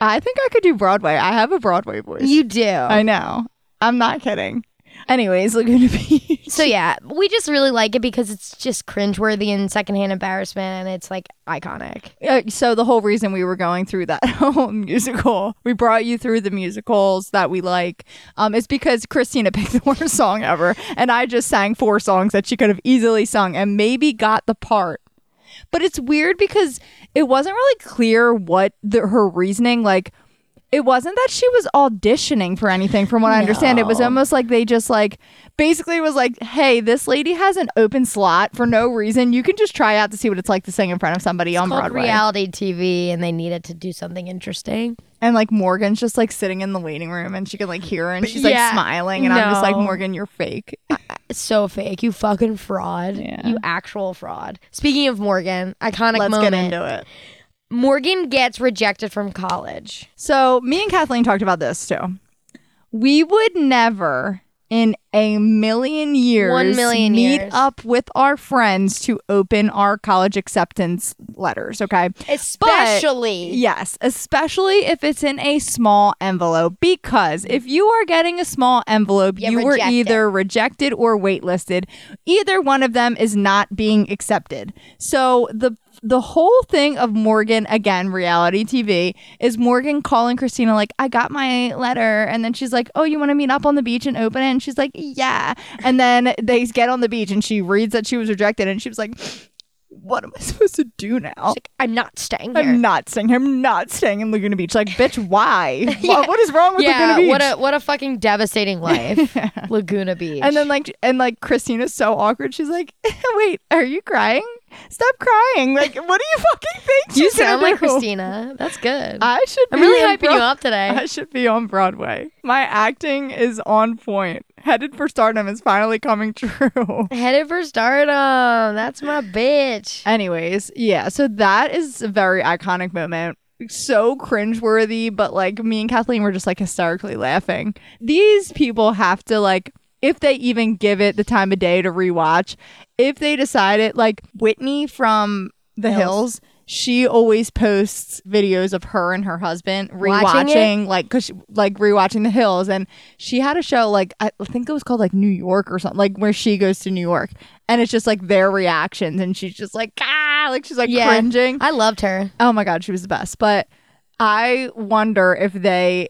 [SPEAKER 1] I think I could do Broadway. I have a Broadway voice.
[SPEAKER 2] You do.
[SPEAKER 1] I know. I'm not kidding. Anyways, Laguna Beach.
[SPEAKER 2] so yeah, we just really like it because it's just cringeworthy and secondhand embarrassment, and it's like iconic.
[SPEAKER 1] Uh, so the whole reason we were going through that whole musical, we brought you through the musicals that we like, um, is because Christina picked the worst song ever, and I just sang four songs that she could have easily sung and maybe got the part. But it's weird because it wasn't really clear what the, her reasoning like. It wasn't that she was auditioning for anything, from what I understand. It was
[SPEAKER 2] No.
[SPEAKER 1] almost like they just like basically was like, "Hey, this lady has an open slot for no reason. You can just try out to see what it's like to sing in front of somebody on
[SPEAKER 2] Called
[SPEAKER 1] Broadway."
[SPEAKER 2] reality TV, and they needed to do something interesting.
[SPEAKER 1] And like Morgan's just like sitting in the waiting room and she can like hear her and she's
[SPEAKER 2] Yeah.
[SPEAKER 1] like smiling and I'm just like
[SPEAKER 2] No.
[SPEAKER 1] Morgan, you're fake.
[SPEAKER 2] It's so fake. You fucking fraud.
[SPEAKER 1] Yeah.
[SPEAKER 2] You actual fraud. Speaking of Morgan, iconic
[SPEAKER 1] Let's
[SPEAKER 2] moment.
[SPEAKER 1] get into it.
[SPEAKER 2] Morgan gets rejected from college.
[SPEAKER 1] So me and Kathleen talked about this too. We would never in a million years
[SPEAKER 2] One million
[SPEAKER 1] meet
[SPEAKER 2] years.
[SPEAKER 1] up with our friends to open our college acceptance letters, okay?
[SPEAKER 2] Especially.
[SPEAKER 1] Yes, especially if it's in a small envelope. Because if you are getting a small envelope,
[SPEAKER 2] You're
[SPEAKER 1] you were
[SPEAKER 2] rejected.
[SPEAKER 1] either rejected or waitlisted. Either one of them is not being accepted. So the the whole thing of Morgan again, reality TV, is Morgan calling Christina like, "I got my letter," and then she's like, "Oh, you want to meet up on the beach and open it?" And she's like, "Yeah." And then they get on the beach and she reads that she was rejected, and she was like. What am I supposed to do now?
[SPEAKER 2] She's like, oh, I'm not staying here.
[SPEAKER 1] I'm not staying. I'm not staying in Laguna Beach. Like, bitch, why? Wha-
[SPEAKER 2] Yeah.
[SPEAKER 1] what is wrong with
[SPEAKER 2] yeah,
[SPEAKER 1] Laguna Beach?
[SPEAKER 2] what a what a fucking devastating life. Laguna Beach.
[SPEAKER 1] and then like, and like, Christina's so awkward. She's like, "Wait, are you crying? Stop crying! Like, what do you fucking think?"
[SPEAKER 2] you
[SPEAKER 1] she's gonna
[SPEAKER 2] sound like
[SPEAKER 1] do?
[SPEAKER 2] Christina. That's good. I,
[SPEAKER 1] I should.
[SPEAKER 2] am
[SPEAKER 1] be
[SPEAKER 2] really
[SPEAKER 1] on
[SPEAKER 2] hyping
[SPEAKER 1] Broad-
[SPEAKER 2] you up eh?
[SPEAKER 1] I
[SPEAKER 2] today.
[SPEAKER 1] should be on Broadway. My acting is on point. Headed for stardom is finally coming true.
[SPEAKER 2] Headed for stardom. That's my bitch.
[SPEAKER 1] Anyways, yeah, so that is a very iconic moment. So cringeworthy, but like me and Kathleen were just like hysterically laughing. These people have to like if they even give it the time of day to rewatch, if they decide it, like Whitney from The Hills,
[SPEAKER 2] Hills.
[SPEAKER 1] she always posts videos of her and her husband
[SPEAKER 2] Watching it?
[SPEAKER 1] rewatching, like, cause she, like rewatching The Hills, and she had a show like I think it was called like New York or something, like where she goes to New York, and it's just like their reactions, and she's just like ah, like she's like
[SPEAKER 2] Yeah.
[SPEAKER 1] cringing.
[SPEAKER 2] I loved her.
[SPEAKER 1] Oh my god, she was the best, but. I wonder if they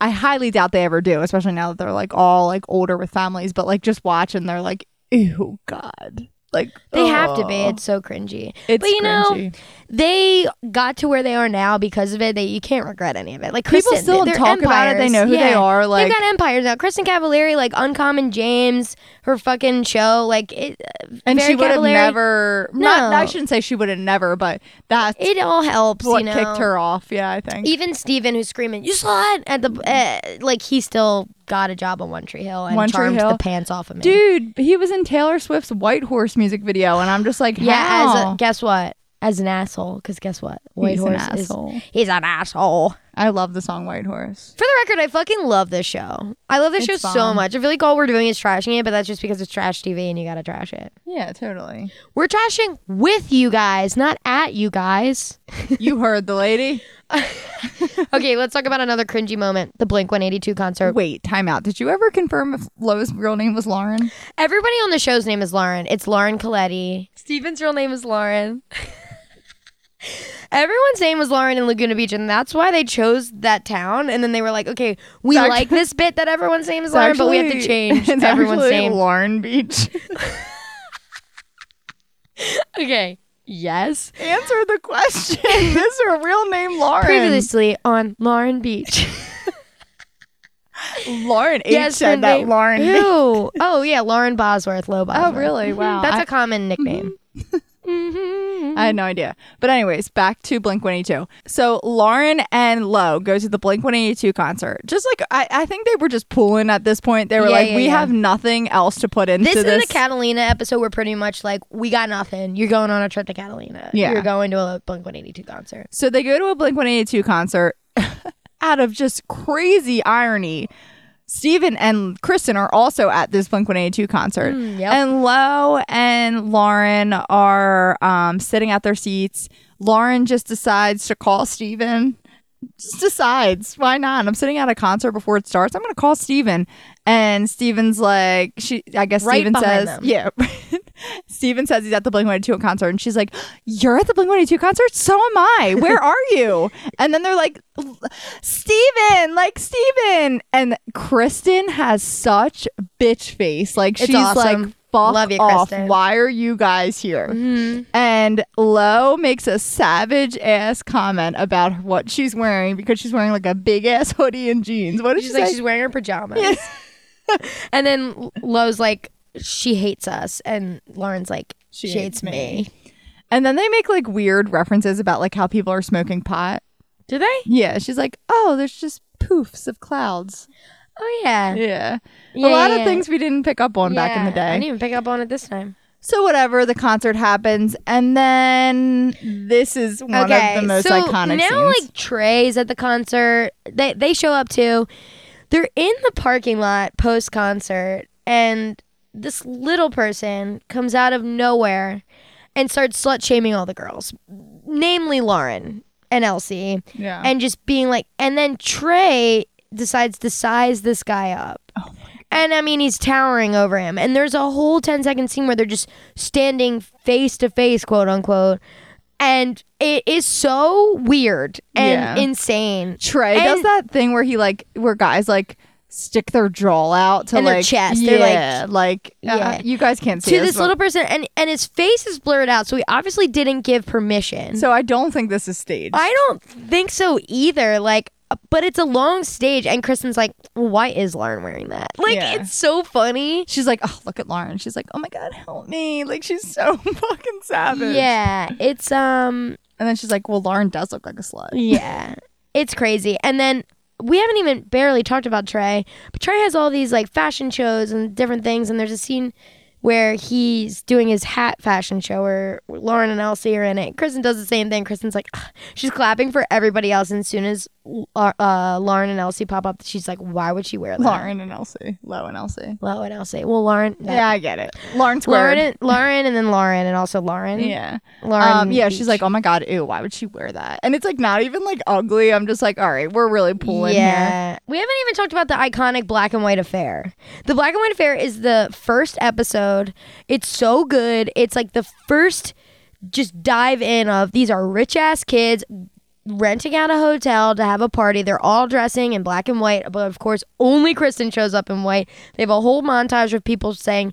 [SPEAKER 1] I highly doubt they ever do, especially now that they're like all like older with families, but like just watch and they're like, ew god. Like
[SPEAKER 2] They have to be.
[SPEAKER 1] ugh.
[SPEAKER 2] It's so cringy.
[SPEAKER 1] It's
[SPEAKER 2] but you know,
[SPEAKER 1] cringy.
[SPEAKER 2] they got to where they are now because of it. They you can't regret any of it. Like
[SPEAKER 1] People
[SPEAKER 2] Kristen,
[SPEAKER 1] still
[SPEAKER 2] they're
[SPEAKER 1] talk about it. They
[SPEAKER 2] empires.
[SPEAKER 1] know who they
[SPEAKER 2] Yeah.
[SPEAKER 1] are, like-
[SPEAKER 2] they've got empires now. Kristen Cavallari, like Uncommon James, her fucking show, like it. uh,
[SPEAKER 1] And
[SPEAKER 2] Vera
[SPEAKER 1] she would have
[SPEAKER 2] Cavallari,
[SPEAKER 1] never. Not,
[SPEAKER 2] No.
[SPEAKER 1] I shouldn't say she would have never, but that's
[SPEAKER 2] It all helps.
[SPEAKER 1] what
[SPEAKER 2] you know?
[SPEAKER 1] kicked her off. Yeah, I think.
[SPEAKER 2] Even Steven, who's screaming, "You saw it!" at the uh, like, he still got a job on One Tree Hill and
[SPEAKER 1] One Tree
[SPEAKER 2] charmed
[SPEAKER 1] Hill.
[SPEAKER 2] the pants off of me.
[SPEAKER 1] Dude, he was in Taylor Swift's White Horse music video, and I'm just like,
[SPEAKER 2] yeah. As
[SPEAKER 1] how?
[SPEAKER 2] a, guess what? As an asshole, because guess what? White
[SPEAKER 1] He's an
[SPEAKER 2] Horse is-
[SPEAKER 1] asshole.
[SPEAKER 2] he's an asshole.
[SPEAKER 1] I love the song White Horse.
[SPEAKER 2] For the record, I fucking love this show. I love this
[SPEAKER 1] It's
[SPEAKER 2] show so
[SPEAKER 1] fun.
[SPEAKER 2] much. I feel like all we're doing is trashing it, but that's just because it's trash TV and you gotta trash it.
[SPEAKER 1] Yeah, totally.
[SPEAKER 2] We're trashing with you guys, not at you guys.
[SPEAKER 1] you heard the lady.
[SPEAKER 2] Okay, let's talk about another cringy moment the Blink 182 concert.
[SPEAKER 1] Wait, time out. Did you ever confirm if Lo's real name was Lauren?
[SPEAKER 2] Everybody on the show's name is Lauren. It's Lauren Coletti. Steven's real name is Lauren. Everyone's name was Lauren in Laguna Beach, and that's why they chose that town. And then they were like, okay, we
[SPEAKER 1] It's
[SPEAKER 2] like
[SPEAKER 1] actually-
[SPEAKER 2] this bit that everyone's name is Lauren, but we have to
[SPEAKER 1] Actually-
[SPEAKER 2] change
[SPEAKER 1] it's
[SPEAKER 2] everyone's
[SPEAKER 1] actually
[SPEAKER 2] name.
[SPEAKER 1] Lauren Beach.
[SPEAKER 2] okay. Yes.
[SPEAKER 1] Answer the question. this is her real name, Lauren.
[SPEAKER 2] Previously on Lauren Beach.
[SPEAKER 1] Lauren H
[SPEAKER 2] Yes, her
[SPEAKER 1] said that
[SPEAKER 2] name-
[SPEAKER 1] Lauren. Oh,
[SPEAKER 2] Who? Oh yeah, Lauren Bosworth, Low Bosworth. Mm-hmm.
[SPEAKER 1] really? Wow.
[SPEAKER 2] That's
[SPEAKER 1] I- Mm-hmm.
[SPEAKER 2] a common nickname.
[SPEAKER 1] I had no idea. But anyways, back to Blink 182. So Lauren and Lo go to the Blink 182 concert. Just like I, I think they were just pulling at this point. They were
[SPEAKER 2] Yeah,
[SPEAKER 1] like,
[SPEAKER 2] yeah,
[SPEAKER 1] we
[SPEAKER 2] yeah.
[SPEAKER 1] have nothing else to put into
[SPEAKER 2] This
[SPEAKER 1] this.
[SPEAKER 2] is the Catalina episode where pretty much like we got nothing. You're going on a trip to Catalina.
[SPEAKER 1] Yeah.
[SPEAKER 2] You're going to a Blink 182 concert.
[SPEAKER 1] so they go to a Blink 182 concert. out of just crazy irony, Steven and Kristen are also at this Blink 182 concert.
[SPEAKER 2] Mm, yep.
[SPEAKER 1] And Lo and Lauren are um, sitting at their seats. Lauren just decides to call Steven. Just decides, why not? I'm sitting at a concert before it starts. I'm going to call Steven. And Steven's like, she, I guess
[SPEAKER 2] Right
[SPEAKER 1] Steven says,
[SPEAKER 2] behind them.
[SPEAKER 1] yeah. Steven says he's at the Blink 182 concert. And she's like, You're at the Blink 182 concert? So am I. Where are you? and then they're like, Steven, like Steven. And Kristen has such bitch face. Like
[SPEAKER 2] It's
[SPEAKER 1] she's like,
[SPEAKER 2] awesome.
[SPEAKER 1] fuck
[SPEAKER 2] Love you,
[SPEAKER 1] off.
[SPEAKER 2] Kristen.
[SPEAKER 1] Why are you guys here?
[SPEAKER 2] Mhm.
[SPEAKER 1] And Lo makes a savage ass comment about what she's wearing because she's wearing like a big ass hoodie and jeans. What did
[SPEAKER 2] She's
[SPEAKER 1] she
[SPEAKER 2] like
[SPEAKER 1] say?
[SPEAKER 2] she's wearing her pajamas. and then Lowe's like she hates us, and Lauren's like she, hates me.
[SPEAKER 1] and then they make like weird references about like how people are smoking pot.
[SPEAKER 2] Do they?
[SPEAKER 1] Yeah, she's like, oh, there's just poofs of clouds.
[SPEAKER 2] Oh yeah.
[SPEAKER 1] Yeah.
[SPEAKER 2] Yeah,
[SPEAKER 1] a lot
[SPEAKER 2] yeah.
[SPEAKER 1] of things we didn't pick up on back in the
[SPEAKER 2] Yeah, I
[SPEAKER 1] day.
[SPEAKER 2] didn't even pick up on it this time.
[SPEAKER 1] So whatever, the concert happens, and then this is one of the most
[SPEAKER 2] so
[SPEAKER 1] iconic
[SPEAKER 2] now
[SPEAKER 1] scenes.
[SPEAKER 2] like Trey's at the concert. They they show up too. They're in the parking lot post concert, and this little person comes out of nowhere and starts slut shaming all the girls, namely Lauren and Elsie,
[SPEAKER 1] yeah.
[SPEAKER 2] and just being like. And then Trey decides to size this guy up.
[SPEAKER 1] Oh
[SPEAKER 2] And I mean, he's towering over him. And there's a whole 10 second scene where they're just standing face to face, quote unquote. And it is so weird and
[SPEAKER 1] Yeah.
[SPEAKER 2] insane.
[SPEAKER 1] Trey does
[SPEAKER 2] and-
[SPEAKER 1] that thing where he like where guys like stick their jaw out to
[SPEAKER 2] And
[SPEAKER 1] like
[SPEAKER 2] their chest. They're, like-
[SPEAKER 1] Yeah, like,
[SPEAKER 2] Yeah.
[SPEAKER 1] uh, you guys can't see
[SPEAKER 2] to this
[SPEAKER 1] but-
[SPEAKER 2] little person, and, and his face is blurred out, so he obviously didn't give permission.
[SPEAKER 1] So I don't think this is staged.
[SPEAKER 2] I don't think so either. Like, but it's a long stage, and Kristen's like, "Why is Lauren wearing that?" Like,
[SPEAKER 1] Yeah.
[SPEAKER 2] it's so funny.
[SPEAKER 1] She's like, oh look at Lauren. She's like, oh my god, help me! Like she's so fucking savage.
[SPEAKER 2] Yeah, it's um,
[SPEAKER 1] And then she's like, well, Lauren does look like a slut.
[SPEAKER 2] Yeah. It's crazy. And then we haven't even barely talked about Trey, but Trey has all these like fashion shows and different things. And there's a scene where he's doing his hat fashion show where Lauren and Elsie are in it. Kristen does the same thing. Kristen's like, "Ugh." she's clapping for everybody else. And as soon as uh, uh, Lauren and Elsie pop up, she's like, why would she wear that?
[SPEAKER 1] Lauren and Elsie, Lo and Elsie.
[SPEAKER 2] Well, and Elsie. Well, Lauren. that-
[SPEAKER 1] Yeah, I get it. Lauren squared.
[SPEAKER 2] Lauren, and, Lauren, and then Lauren, and also Lauren.
[SPEAKER 1] yeah.
[SPEAKER 2] Lauren.
[SPEAKER 1] Um, yeah, she's
[SPEAKER 2] Beach.
[SPEAKER 1] like, oh my god, ew, why would she wear that? And it's like not even like ugly. I'm just like, all right, we're really pulling here.
[SPEAKER 2] We haven't even talked about the iconic black and white affair. The black and white affair is the first episode. It's so good. It's like the first just dive in of these are rich ass kids renting out a hotel to have a party. They're all dressing in black and white, but of course, only Kristen shows up in white. They have a whole montage of people saying,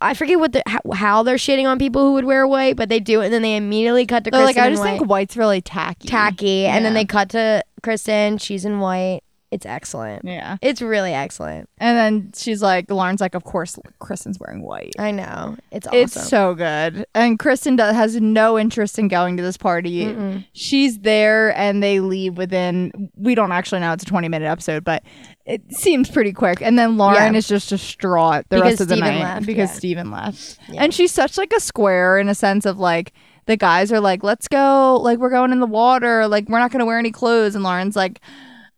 [SPEAKER 2] I forget what the, how, how they're shitting on people who would wear white, but they do, it, and then they immediately cut to
[SPEAKER 1] They're
[SPEAKER 2] Kristen
[SPEAKER 1] like, I
[SPEAKER 2] in
[SPEAKER 1] just
[SPEAKER 2] white
[SPEAKER 1] think white's really tacky.
[SPEAKER 2] tacky and then
[SPEAKER 1] Yeah.
[SPEAKER 2] they cut to kristen she's in white it's excellent
[SPEAKER 1] Yeah.
[SPEAKER 2] it's really excellent
[SPEAKER 1] And then she's like, Lauren's like, of course, Kristen's wearing white.
[SPEAKER 2] i know it's awesome
[SPEAKER 1] It's so good. And Kristen does, has no interest in going to this party. She's there and they leave within, we don't actually know, it's a 20 minute episode, but it seems pretty quick. And then Lauren
[SPEAKER 2] Yeah.
[SPEAKER 1] is just distraught the
[SPEAKER 2] Because
[SPEAKER 1] rest of the
[SPEAKER 2] Steven
[SPEAKER 1] night
[SPEAKER 2] left,
[SPEAKER 1] because
[SPEAKER 2] yeah.
[SPEAKER 1] Steven left.
[SPEAKER 2] Yeah.
[SPEAKER 1] And she's such like a square in a sense of like, the guys are like, let's go, like, we're going in the water, like, we're not going to wear any clothes. And Lauren's like,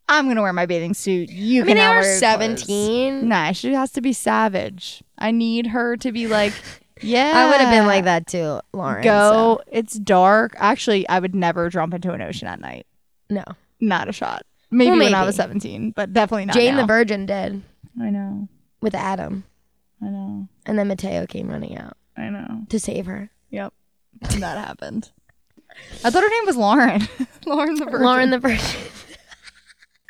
[SPEAKER 1] I'm going to wear my bathing suit. You
[SPEAKER 2] i mean they
[SPEAKER 1] cannot
[SPEAKER 2] are
[SPEAKER 1] wear your clothes."
[SPEAKER 2] 17
[SPEAKER 1] Nah, she has to be savage. I need her to be like, yeah.
[SPEAKER 2] i would have been like that too lauren so-
[SPEAKER 1] Go. It's dark. Actually, I would never jump into an ocean at night.
[SPEAKER 2] no
[SPEAKER 1] Not a shot. Maybe,
[SPEAKER 2] Well,
[SPEAKER 1] when I
[SPEAKER 2] maybe.
[SPEAKER 1] was 17, but definitely not.
[SPEAKER 2] jane
[SPEAKER 1] now.
[SPEAKER 2] the virgin did
[SPEAKER 1] I know.
[SPEAKER 2] with adam
[SPEAKER 1] I know.
[SPEAKER 2] and then mateo came running out
[SPEAKER 1] I know.
[SPEAKER 2] to save her
[SPEAKER 1] Yep. that happened. I thought her name was Lauren. Lauren the virgin.
[SPEAKER 2] lauren the virgin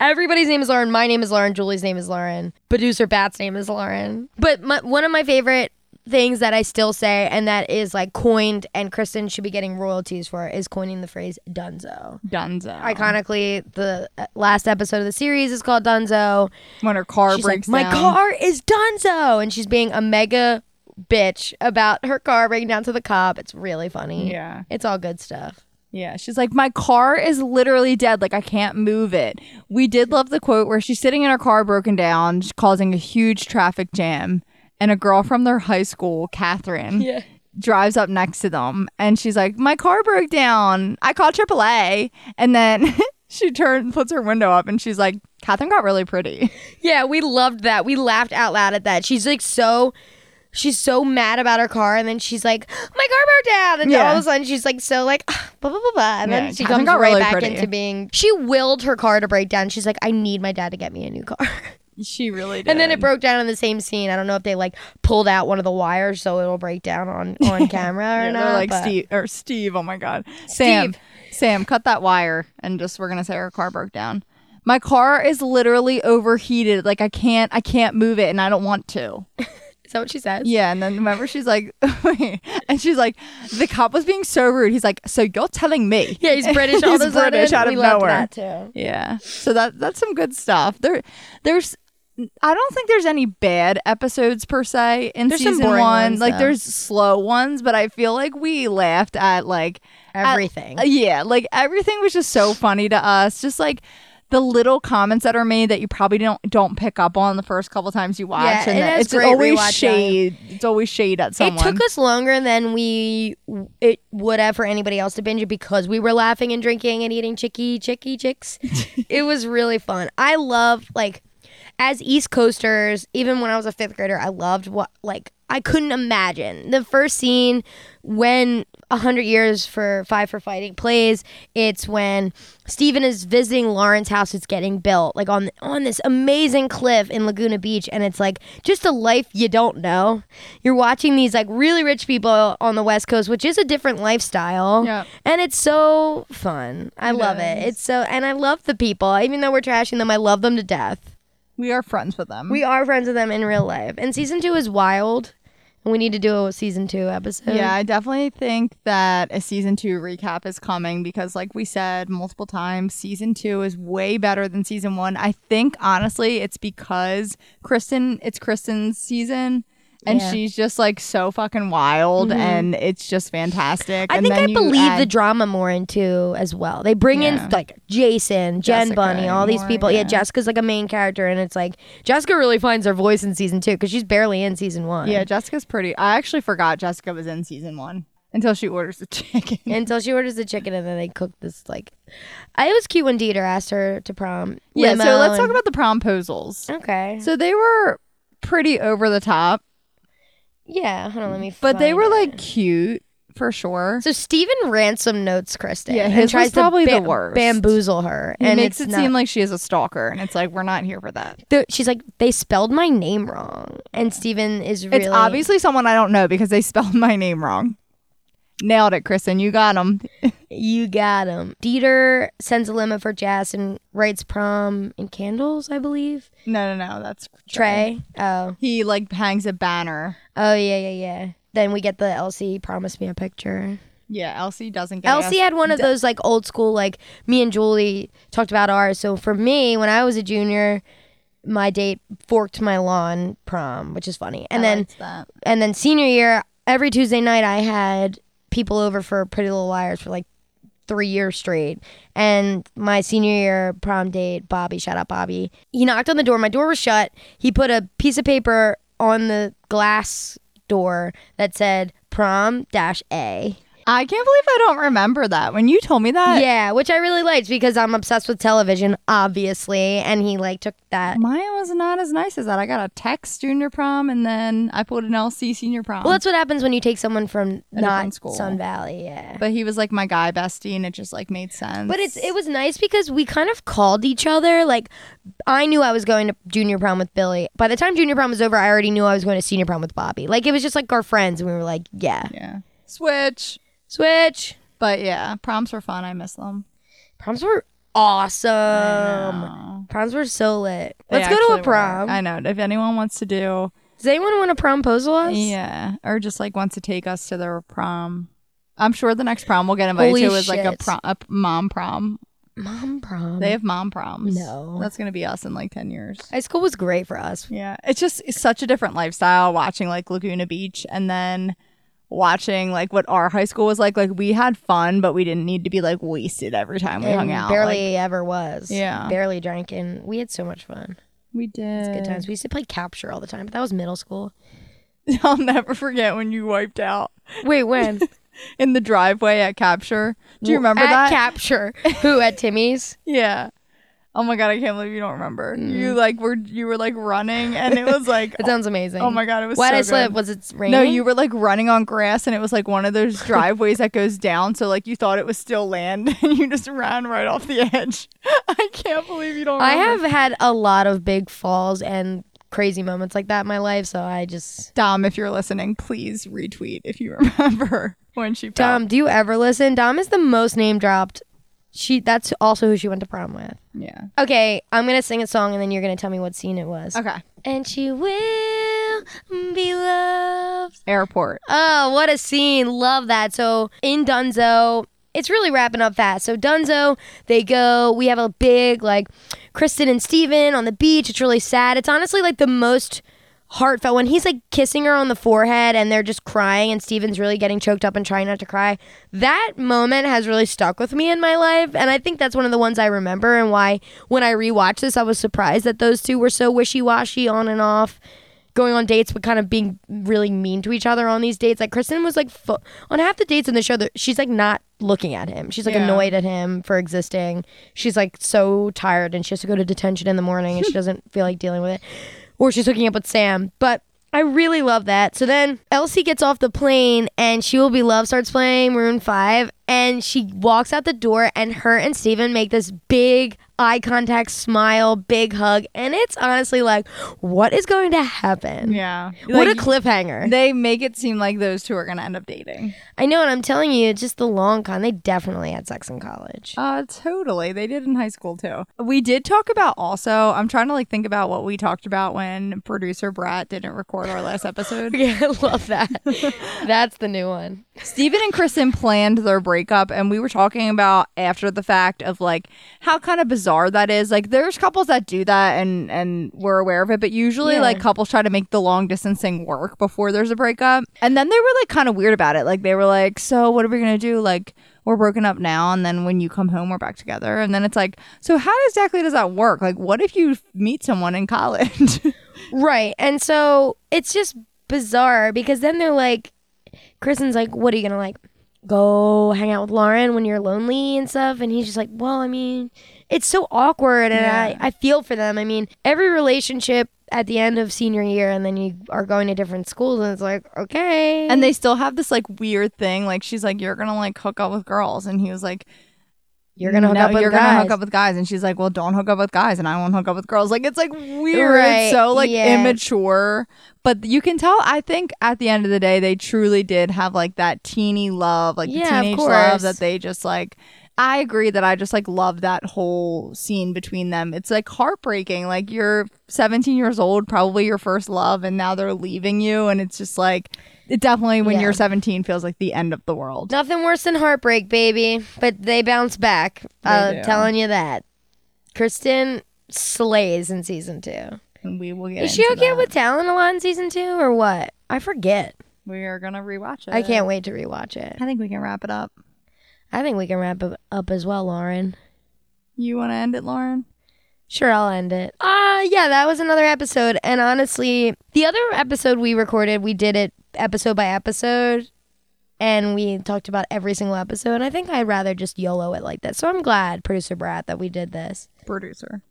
[SPEAKER 2] Everybody's name is Lauren. My name is Lauren. Julie's name is Lauren. Producer Bat's name is Lauren. But my, one of my favorite things that I still say and that is like coined and Kristen should be getting royalties for is coining the phrase dunzo.
[SPEAKER 1] Dunzo.
[SPEAKER 2] Iconically, the uh, last episode of the series is called Dunzo.
[SPEAKER 1] when her car
[SPEAKER 2] She's like,
[SPEAKER 1] breaks
[SPEAKER 2] my
[SPEAKER 1] down.
[SPEAKER 2] car is Dunzo, and she's being a mega bitch about her car breaking down to the cop. It's really funny.
[SPEAKER 1] Yeah.
[SPEAKER 2] it's all good stuff.
[SPEAKER 1] Yeah, she's like, my car is literally dead. Like, I can't move it. We did love the quote where she's sitting in her car, broken down, sh- causing a huge traffic jam. And a girl from their high school, Catherine,
[SPEAKER 2] Yeah.
[SPEAKER 1] drives up next to them. And she's like, my car broke down. I called AAA. And then she turns, puts her window up, and she's like, Catherine got really pretty.
[SPEAKER 2] Yeah, we loved that. We laughed out loud at that. She's like so. She's so mad about her car, and then she's like, "My car broke down," and then
[SPEAKER 1] Yeah.
[SPEAKER 2] all of a sudden she's like, "So like, ah, blah blah blah blah," and
[SPEAKER 1] Yeah,
[SPEAKER 2] then she
[SPEAKER 1] Catherine
[SPEAKER 2] comes
[SPEAKER 1] got
[SPEAKER 2] right
[SPEAKER 1] really
[SPEAKER 2] back
[SPEAKER 1] pretty.
[SPEAKER 2] into being. She willed her car to break down. She's like, "I need my dad to get me a new car,"
[SPEAKER 1] She really did.
[SPEAKER 2] and then it broke down in the same scene. I don't know if they like pulled out one of the wires so it'll break down on on camera or
[SPEAKER 1] Yeah,
[SPEAKER 2] not.
[SPEAKER 1] they're like
[SPEAKER 2] but-
[SPEAKER 1] Steve or Steve. Oh my God, Sam, Sam, cut that wire and just we're gonna say our car broke down. My car is literally overheated. Like I can't, I can't move it, and I don't want to.
[SPEAKER 2] Is that what she says?
[SPEAKER 1] Yeah, and then remember she's like, and she's like, the cop was being so rude. He's like, so you're telling me?
[SPEAKER 2] Yeah, he's British. All
[SPEAKER 1] He's
[SPEAKER 2] of a sudden.
[SPEAKER 1] British out of
[SPEAKER 2] we loved
[SPEAKER 1] nowhere.
[SPEAKER 2] That too.
[SPEAKER 1] Yeah. So that that's some good stuff. There, there's. I don't think there's any bad episodes per se in
[SPEAKER 2] There's some
[SPEAKER 1] season
[SPEAKER 2] boring
[SPEAKER 1] one.
[SPEAKER 2] ones,
[SPEAKER 1] like
[SPEAKER 2] though.
[SPEAKER 1] there's slow ones, but I feel like we laughed at like at-
[SPEAKER 2] Everything.
[SPEAKER 1] Uh, yeah, like everything was just so funny to us. Just like the little comments that are made that you probably don't don't pick up on the first couple times you watch,
[SPEAKER 2] Yeah,
[SPEAKER 1] and
[SPEAKER 2] it
[SPEAKER 1] that-
[SPEAKER 2] has
[SPEAKER 1] it's
[SPEAKER 2] great
[SPEAKER 1] always
[SPEAKER 2] rewatch
[SPEAKER 1] shade. It's always shade at someone.
[SPEAKER 2] It took us longer than we it would have for anybody else to binge it because we were laughing and drinking and eating chicky chicky chicks. it was really fun. I love like as East Coasters, even when I was a fifth grader, I loved what like I couldn't imagine the first scene when a hundred years for five for fighting plays. It's when Steven is visiting Lauren's house. It's getting built like on on this amazing cliff in Laguna Beach, and it's like just a life you don't know. You're watching these like really rich people on the West Coast, which is a different lifestyle.
[SPEAKER 1] Yep.
[SPEAKER 2] And it's so fun. I love it.
[SPEAKER 1] is.
[SPEAKER 2] It's so, and I love the people. Even though we're trashing them, I love them to death.
[SPEAKER 1] we are friends with them.
[SPEAKER 2] We are friends with them in real life. And season two is wild. And we need to do a season two episode.
[SPEAKER 1] Yeah, I definitely think that a season two recap is coming because, like we said multiple times, season two is way better than season one. I think honestly, it's because Kristen, it's Kristen's season. And
[SPEAKER 2] Yeah. Mm-hmm.
[SPEAKER 1] she's just like so fucking wild, and it's just fantastic.
[SPEAKER 2] I
[SPEAKER 1] And
[SPEAKER 2] think
[SPEAKER 1] then
[SPEAKER 2] I
[SPEAKER 1] you
[SPEAKER 2] believe
[SPEAKER 1] add-
[SPEAKER 2] the drama more in two as well. They bring
[SPEAKER 1] Yeah.
[SPEAKER 2] in like Jason, Jen
[SPEAKER 1] Jessica
[SPEAKER 2] Bunny, all these
[SPEAKER 1] more,
[SPEAKER 2] people. Yeah.
[SPEAKER 1] yeah.
[SPEAKER 2] Jessica's like a main character, and it's like Jessica really finds her voice in season two because she's barely in season one.
[SPEAKER 1] Yeah, Jessica's pretty. I actually forgot Jessica was in season one until she orders the chicken.
[SPEAKER 2] Until she orders the chicken, and then they cook this like. I, it was cute when Dieter asked her to prom.
[SPEAKER 1] yeah,
[SPEAKER 2] Limo
[SPEAKER 1] so let's talk
[SPEAKER 2] and-
[SPEAKER 1] about the promposals.
[SPEAKER 2] Okay.
[SPEAKER 1] So they were pretty over the top,
[SPEAKER 2] yeah, hold on, let me.
[SPEAKER 1] but they
[SPEAKER 2] find
[SPEAKER 1] were
[SPEAKER 2] it.
[SPEAKER 1] like cute for sure.
[SPEAKER 2] So Stephen ransom notes Kristen.
[SPEAKER 1] Yeah,
[SPEAKER 2] and
[SPEAKER 1] his was
[SPEAKER 2] tries
[SPEAKER 1] probably
[SPEAKER 2] to
[SPEAKER 1] the worst.
[SPEAKER 2] bamboozle her,
[SPEAKER 1] He
[SPEAKER 2] and
[SPEAKER 1] makes
[SPEAKER 2] it's
[SPEAKER 1] it
[SPEAKER 2] not,
[SPEAKER 1] seem like she is a stalker, and it's like we're not here for that.
[SPEAKER 2] the- she's like they spelled my name wrong, and Stephen is really
[SPEAKER 1] It's obviously someone I don't know because they spelled my name wrong. Nailed it, Kristen. You got him.
[SPEAKER 2] You got him. Dieter sends a limo for Jess and writes prom and candles, I believe.
[SPEAKER 1] No, no, no. That's
[SPEAKER 2] Trey. Oh,
[SPEAKER 1] He like hangs a banner.
[SPEAKER 2] oh yeah, yeah, yeah. Then we get the Elsie promise me a picture.
[SPEAKER 1] Yeah, Elsie doesn't get
[SPEAKER 2] Elsie
[SPEAKER 1] asked-
[SPEAKER 2] had one of those like old school like me and Julie talked about ours. So for me, when I was a junior, my date forked my lawn prom, which is funny. And then
[SPEAKER 1] liked that.
[SPEAKER 2] and then senior year, every Tuesday night I had people over for Pretty Little Liars for like three years straight. And my senior year prom date, Bobby, shout out Bobby, he knocked on the door. My door was shut. He put a piece of paper on the glass door that said prom dash A.
[SPEAKER 1] I can't believe I don't remember that. When you told me that,
[SPEAKER 2] Yeah, which I really liked because I'm obsessed with television, obviously. And he like took that.
[SPEAKER 1] mine was not as nice as that. I got a text junior prom, and then I pulled an LC senior prom.
[SPEAKER 2] Well, that's what happens when you take someone from not
[SPEAKER 1] different school.
[SPEAKER 2] Sun Valley. Yeah.
[SPEAKER 1] but he was like my guy bestie, and it just like made sense.
[SPEAKER 2] But it's it was nice because we kind of called each other. Like I knew I was going to junior prom with Billy. By the time junior prom was over, I already knew I was going to senior prom with Bobby. Like it was just like our friends, and we were like, yeah,
[SPEAKER 1] yeah switch.
[SPEAKER 2] switch.
[SPEAKER 1] But yeah, proms were fun. I miss them.
[SPEAKER 2] Proms were awesome. Proms were so lit. Let's
[SPEAKER 1] They
[SPEAKER 2] go to
[SPEAKER 1] actually
[SPEAKER 2] a prom.
[SPEAKER 1] were. I know. If anyone wants to do
[SPEAKER 2] Does anyone want to promposal us?
[SPEAKER 1] Yeah, or just like wants to take us to their prom. I'm sure the next prom we'll get invited
[SPEAKER 2] Holy
[SPEAKER 1] to is like a,
[SPEAKER 2] shit.
[SPEAKER 1] prom, a mom prom.
[SPEAKER 2] Mom prom.
[SPEAKER 1] They have mom proms.
[SPEAKER 2] No.
[SPEAKER 1] that's gonna be us in like ten years.
[SPEAKER 2] High school was great for us.
[SPEAKER 1] Yeah, it's just it's such a different lifestyle watching like Laguna Beach and then watching like what our high school was like. Like we had fun, but we didn't need to be like wasted every time we
[SPEAKER 2] and
[SPEAKER 1] hung out.
[SPEAKER 2] barely
[SPEAKER 1] Like,
[SPEAKER 2] ever was.
[SPEAKER 1] Yeah.
[SPEAKER 2] Barely drank and we had so much fun.
[SPEAKER 1] we did.
[SPEAKER 2] Good times. We used to play capture all the time, but that was middle school.
[SPEAKER 1] I'll never forget when you wiped out
[SPEAKER 2] Wait, when?
[SPEAKER 1] in the driveway at Capture. Do you remember
[SPEAKER 2] At
[SPEAKER 1] that?
[SPEAKER 2] capture. Who at Timmy's?
[SPEAKER 1] yeah. Oh my god, I can't believe you don't remember. You like were you were like running and it was like
[SPEAKER 2] Mm. That sounds amazing.
[SPEAKER 1] oh my god, it was
[SPEAKER 2] Why
[SPEAKER 1] so
[SPEAKER 2] did I slip?
[SPEAKER 1] good.
[SPEAKER 2] Was it raining?
[SPEAKER 1] No, you were like running on grass, and it was like one of those driveways that goes down. So like you thought it was still land, and you just ran right off the edge. I can't believe you don't.
[SPEAKER 2] I have
[SPEAKER 1] remember.
[SPEAKER 2] had a lot of big falls and crazy moments like that in my life, so I just
[SPEAKER 1] Dom. If you're listening, please retweet if you remember when she. fell.
[SPEAKER 2] Dom, do you ever listen? Dom is the most name dropped. She that's also who she went to prom with.
[SPEAKER 1] Yeah.
[SPEAKER 2] Okay, I'm gonna sing a song and then you're gonna tell me what scene it was.
[SPEAKER 1] Okay.
[SPEAKER 2] And she will be loved.
[SPEAKER 1] Airport.
[SPEAKER 2] Oh, what a scene. Love that. So in Dunzo, it's really wrapping up fast. So Dunzo, they go, we have a big like Kristen and Steven on the beach. It's really sad. It's honestly like the most heartfelt when he's like kissing her on the forehead and they're just crying and Steven's really getting choked up and trying not to cry. That moment has really stuck with me in my life and I think that's one of the ones I remember and why when I rewatched this I was surprised that those two were so wishy-washy on and off going on dates but kind of being really mean to each other on these dates. Like Kristen was like fu- on half the dates in the show, that she's like not looking at him. She's like
[SPEAKER 1] Yeah.
[SPEAKER 2] annoyed at him for existing. She's like so tired and she has to go to detention in the morning and she doesn't feel like dealing with it. Or she's hooking up with Sam. But I really love that. So then Elsie gets off the plane and She Will Be Love starts playing Maroon 5 and she walks out the door and her and Steven make this big eye contact smile, big hug and it's honestly like what is going to happen?
[SPEAKER 1] Yeah.
[SPEAKER 2] what a
[SPEAKER 1] Like,
[SPEAKER 2] cliffhanger.
[SPEAKER 1] they make it seem like those two are gonna end up dating.
[SPEAKER 2] I know and I'm telling you it's just the long con. They definitely had sex in college.
[SPEAKER 1] Uh, totally. They did in high school too. We did talk about also. I'm trying to like think about what we talked about when producer Brat didn't record our last episode.
[SPEAKER 2] Yeah, I love that. That's the new one.
[SPEAKER 1] Steven and Kristen planned their breakup, and we were talking about after the fact of like how kind of bizarre that is. Like, there's couples that do that, and and we're aware of it, but usually
[SPEAKER 2] Yeah.
[SPEAKER 1] like couples try to make the long distance thing work before there's a breakup, and then they were like kind of weird about it. Like, they were like, "So what are we gonna do? Like, we're broken up now, and then when you come home, we're back together." And then it's like, "So how exactly does that work? Like, what if you meet someone in college?"
[SPEAKER 2] Right. And so it's just bizarre because then they're like, Kristen's like, what are you going to like? Go hang out with Lauren when you're lonely and stuff. And he's just like, well, I mean, it's so awkward. And
[SPEAKER 1] Yeah.
[SPEAKER 2] I, I feel for them. I mean, every relationship at the end of senior year and then you are going to different schools and it's like, okay.
[SPEAKER 1] And they still have this like weird thing. Like she's like, "You're gonna like hook up with girls," and he was like,
[SPEAKER 2] you're going to hook
[SPEAKER 1] "No,
[SPEAKER 2] up with
[SPEAKER 1] you're
[SPEAKER 2] guys.
[SPEAKER 1] gonna hook up with guys. And she's like, "Well, don't hook up with guys," and I won't hook up with girls. Like it's like weird.
[SPEAKER 2] Right,
[SPEAKER 1] It's so like
[SPEAKER 2] yeah.
[SPEAKER 1] immature. But you can tell. I think at the end of the day, they truly did have like that teeny love, like
[SPEAKER 2] Yeah,
[SPEAKER 1] the
[SPEAKER 2] of
[SPEAKER 1] teenage love
[SPEAKER 2] course.
[SPEAKER 1] that they just like. I agree that I just like love that whole scene between them. It's like heartbreaking. Like you're 17 years old, probably your first love, and now they're leaving you, and it's just like it definitely when
[SPEAKER 2] Yeah.
[SPEAKER 1] you're 17 feels like the end of the world.
[SPEAKER 2] Nothing worse than heartbreak, baby. But they bounce back. I'm
[SPEAKER 1] do.
[SPEAKER 2] telling you that. Kristen slays in season two.
[SPEAKER 1] And we will get.
[SPEAKER 2] Is she
[SPEAKER 1] into
[SPEAKER 2] okay
[SPEAKER 1] that.
[SPEAKER 2] with talent a lot in season two or what? I forget.
[SPEAKER 1] We are gonna rewatch it.
[SPEAKER 2] I can't wait to rewatch it.
[SPEAKER 1] I think we can wrap it up.
[SPEAKER 2] I think we can wrap it up as well, Lauren.
[SPEAKER 1] You want to end it, Lauren?
[SPEAKER 2] Sure, I'll end it. Ah, yeah, that was another episode. And honestly, the other episode we recorded, we did it episode by episode. And we talked about every single episode. And I think I'd rather just YOLO it like that. So I'm glad, producer Brat, that we did this.
[SPEAKER 1] Producer.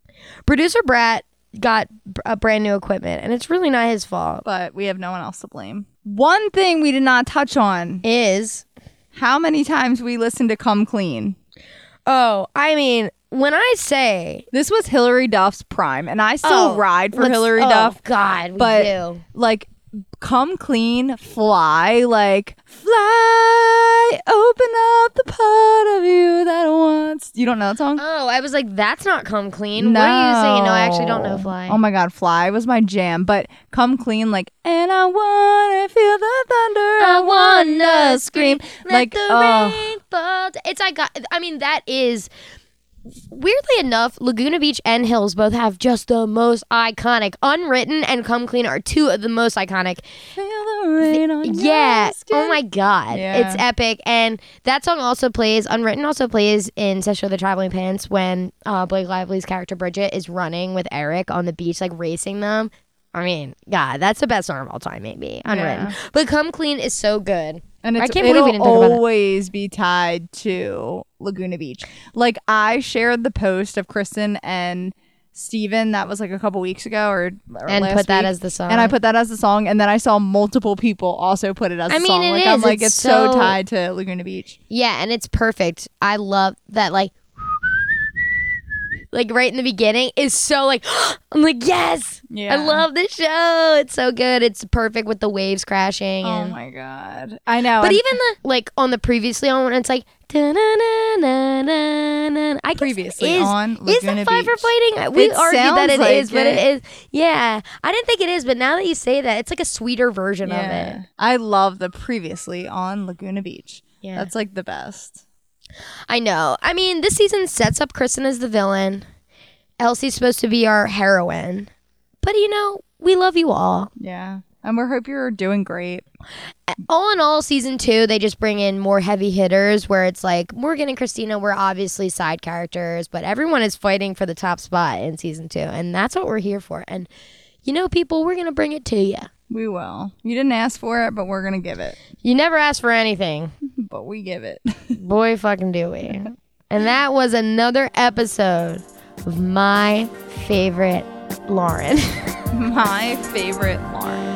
[SPEAKER 2] Producer Brat got b- a brand new equipment, and it's really not his fault.
[SPEAKER 1] But we have no one else to blame. One thing we did not touch on
[SPEAKER 2] Is
[SPEAKER 1] how many times we listened to Come Clean.
[SPEAKER 2] oh, I mean, when I say
[SPEAKER 1] This was Hillary Duff's prime, and I still
[SPEAKER 2] Oh,
[SPEAKER 1] ride for
[SPEAKER 2] let's-
[SPEAKER 1] Hillary
[SPEAKER 2] oh,
[SPEAKER 1] Duff.
[SPEAKER 2] God, we
[SPEAKER 1] but-
[SPEAKER 2] do.
[SPEAKER 1] Like, come clean, fly, like fly, open up the part of you that wants. You don't know that song?
[SPEAKER 2] Oh, I was like, that's not come clean. What are you saying? No, I actually don't know
[SPEAKER 1] No.
[SPEAKER 2] Fly.
[SPEAKER 1] Oh my god, Fly was my jam, but Come Clean like and I wanna feel the thunder.
[SPEAKER 2] I wanna scream
[SPEAKER 1] Let
[SPEAKER 2] like oh.
[SPEAKER 1] the
[SPEAKER 2] the rain fall. It's I got. I mean, that is weirdly enough, Laguna Beach and Hills both have just the most iconic. Unwritten and Come Clean are two of the most iconic.
[SPEAKER 1] Feel the rain on your
[SPEAKER 2] Yeah.
[SPEAKER 1] skin.
[SPEAKER 2] Oh my god,
[SPEAKER 1] Yeah.
[SPEAKER 2] it's epic. And that song also plays. Unwritten also plays in Session of the Traveling Pants when uh, Blake Lively's character Bridget is running with Eric on the beach, like racing them. I mean, God, that's the best song of all time, maybe. Unwritten.
[SPEAKER 1] Yeah.
[SPEAKER 2] But Come Clean is so good.
[SPEAKER 1] And
[SPEAKER 2] I
[SPEAKER 1] it's,
[SPEAKER 2] can't believe we didn't
[SPEAKER 1] it'll
[SPEAKER 2] talk about it.
[SPEAKER 1] always be tied to Laguna Beach. Like I shared the post of Kristen and Steven that was like a couple weeks ago or, or
[SPEAKER 2] And
[SPEAKER 1] last
[SPEAKER 2] put that
[SPEAKER 1] week.
[SPEAKER 2] as the song.
[SPEAKER 1] And I put that as the song and then I saw multiple people also put it as
[SPEAKER 2] I
[SPEAKER 1] a
[SPEAKER 2] mean,
[SPEAKER 1] song.
[SPEAKER 2] it
[SPEAKER 1] like I'm
[SPEAKER 2] is.
[SPEAKER 1] like
[SPEAKER 2] It's
[SPEAKER 1] it's, so,
[SPEAKER 2] so-
[SPEAKER 1] tied to Laguna Beach.
[SPEAKER 2] Yeah, and it's perfect. I love that like like right in the beginning is so like I'm like yes.
[SPEAKER 1] Yeah.
[SPEAKER 2] I love this show. It's so good. It's perfect with the waves crashing
[SPEAKER 1] Oh
[SPEAKER 2] and
[SPEAKER 1] my god. I know.
[SPEAKER 2] But
[SPEAKER 1] I'm-
[SPEAKER 2] even the like on the previously on when it's like da-na-na-na-na-na-na. I guess it
[SPEAKER 1] Previously
[SPEAKER 2] is,
[SPEAKER 1] on
[SPEAKER 2] is
[SPEAKER 1] Laguna
[SPEAKER 2] that five for
[SPEAKER 1] Beach.
[SPEAKER 2] fighting? We
[SPEAKER 1] It
[SPEAKER 2] argued that
[SPEAKER 1] sounds
[SPEAKER 2] it is,
[SPEAKER 1] like
[SPEAKER 2] but
[SPEAKER 1] it.
[SPEAKER 2] it is. Yeah, I didn't think it is, but now that you say that, it's like a sweeter version of it.
[SPEAKER 1] yeah. I love the previously on Laguna Beach.
[SPEAKER 2] Yeah.
[SPEAKER 1] That's like the best.
[SPEAKER 2] I know. I mean, this season sets up Kristen as the villain. Elsie's supposed to be our heroine. But you know, we love you all.
[SPEAKER 1] Yeah. And we hope you're doing great.
[SPEAKER 2] All in all, season two, they just bring in more heavy hitters where it's like Morgan and Christina were obviously side characters, but everyone is fighting for the top spot in season two. And that's what we're here for. And you know, people, we're going to bring it to you.
[SPEAKER 1] We will. You didn't ask for it, but we're gonna give it.
[SPEAKER 2] You never ask for anything.
[SPEAKER 1] But we give it.
[SPEAKER 2] Boy, fucking do we. And that was another episode of my favorite Lauren.
[SPEAKER 1] My favorite Lauren.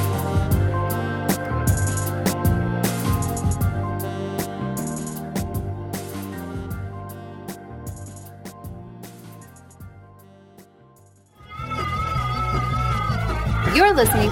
[SPEAKER 4] You're listening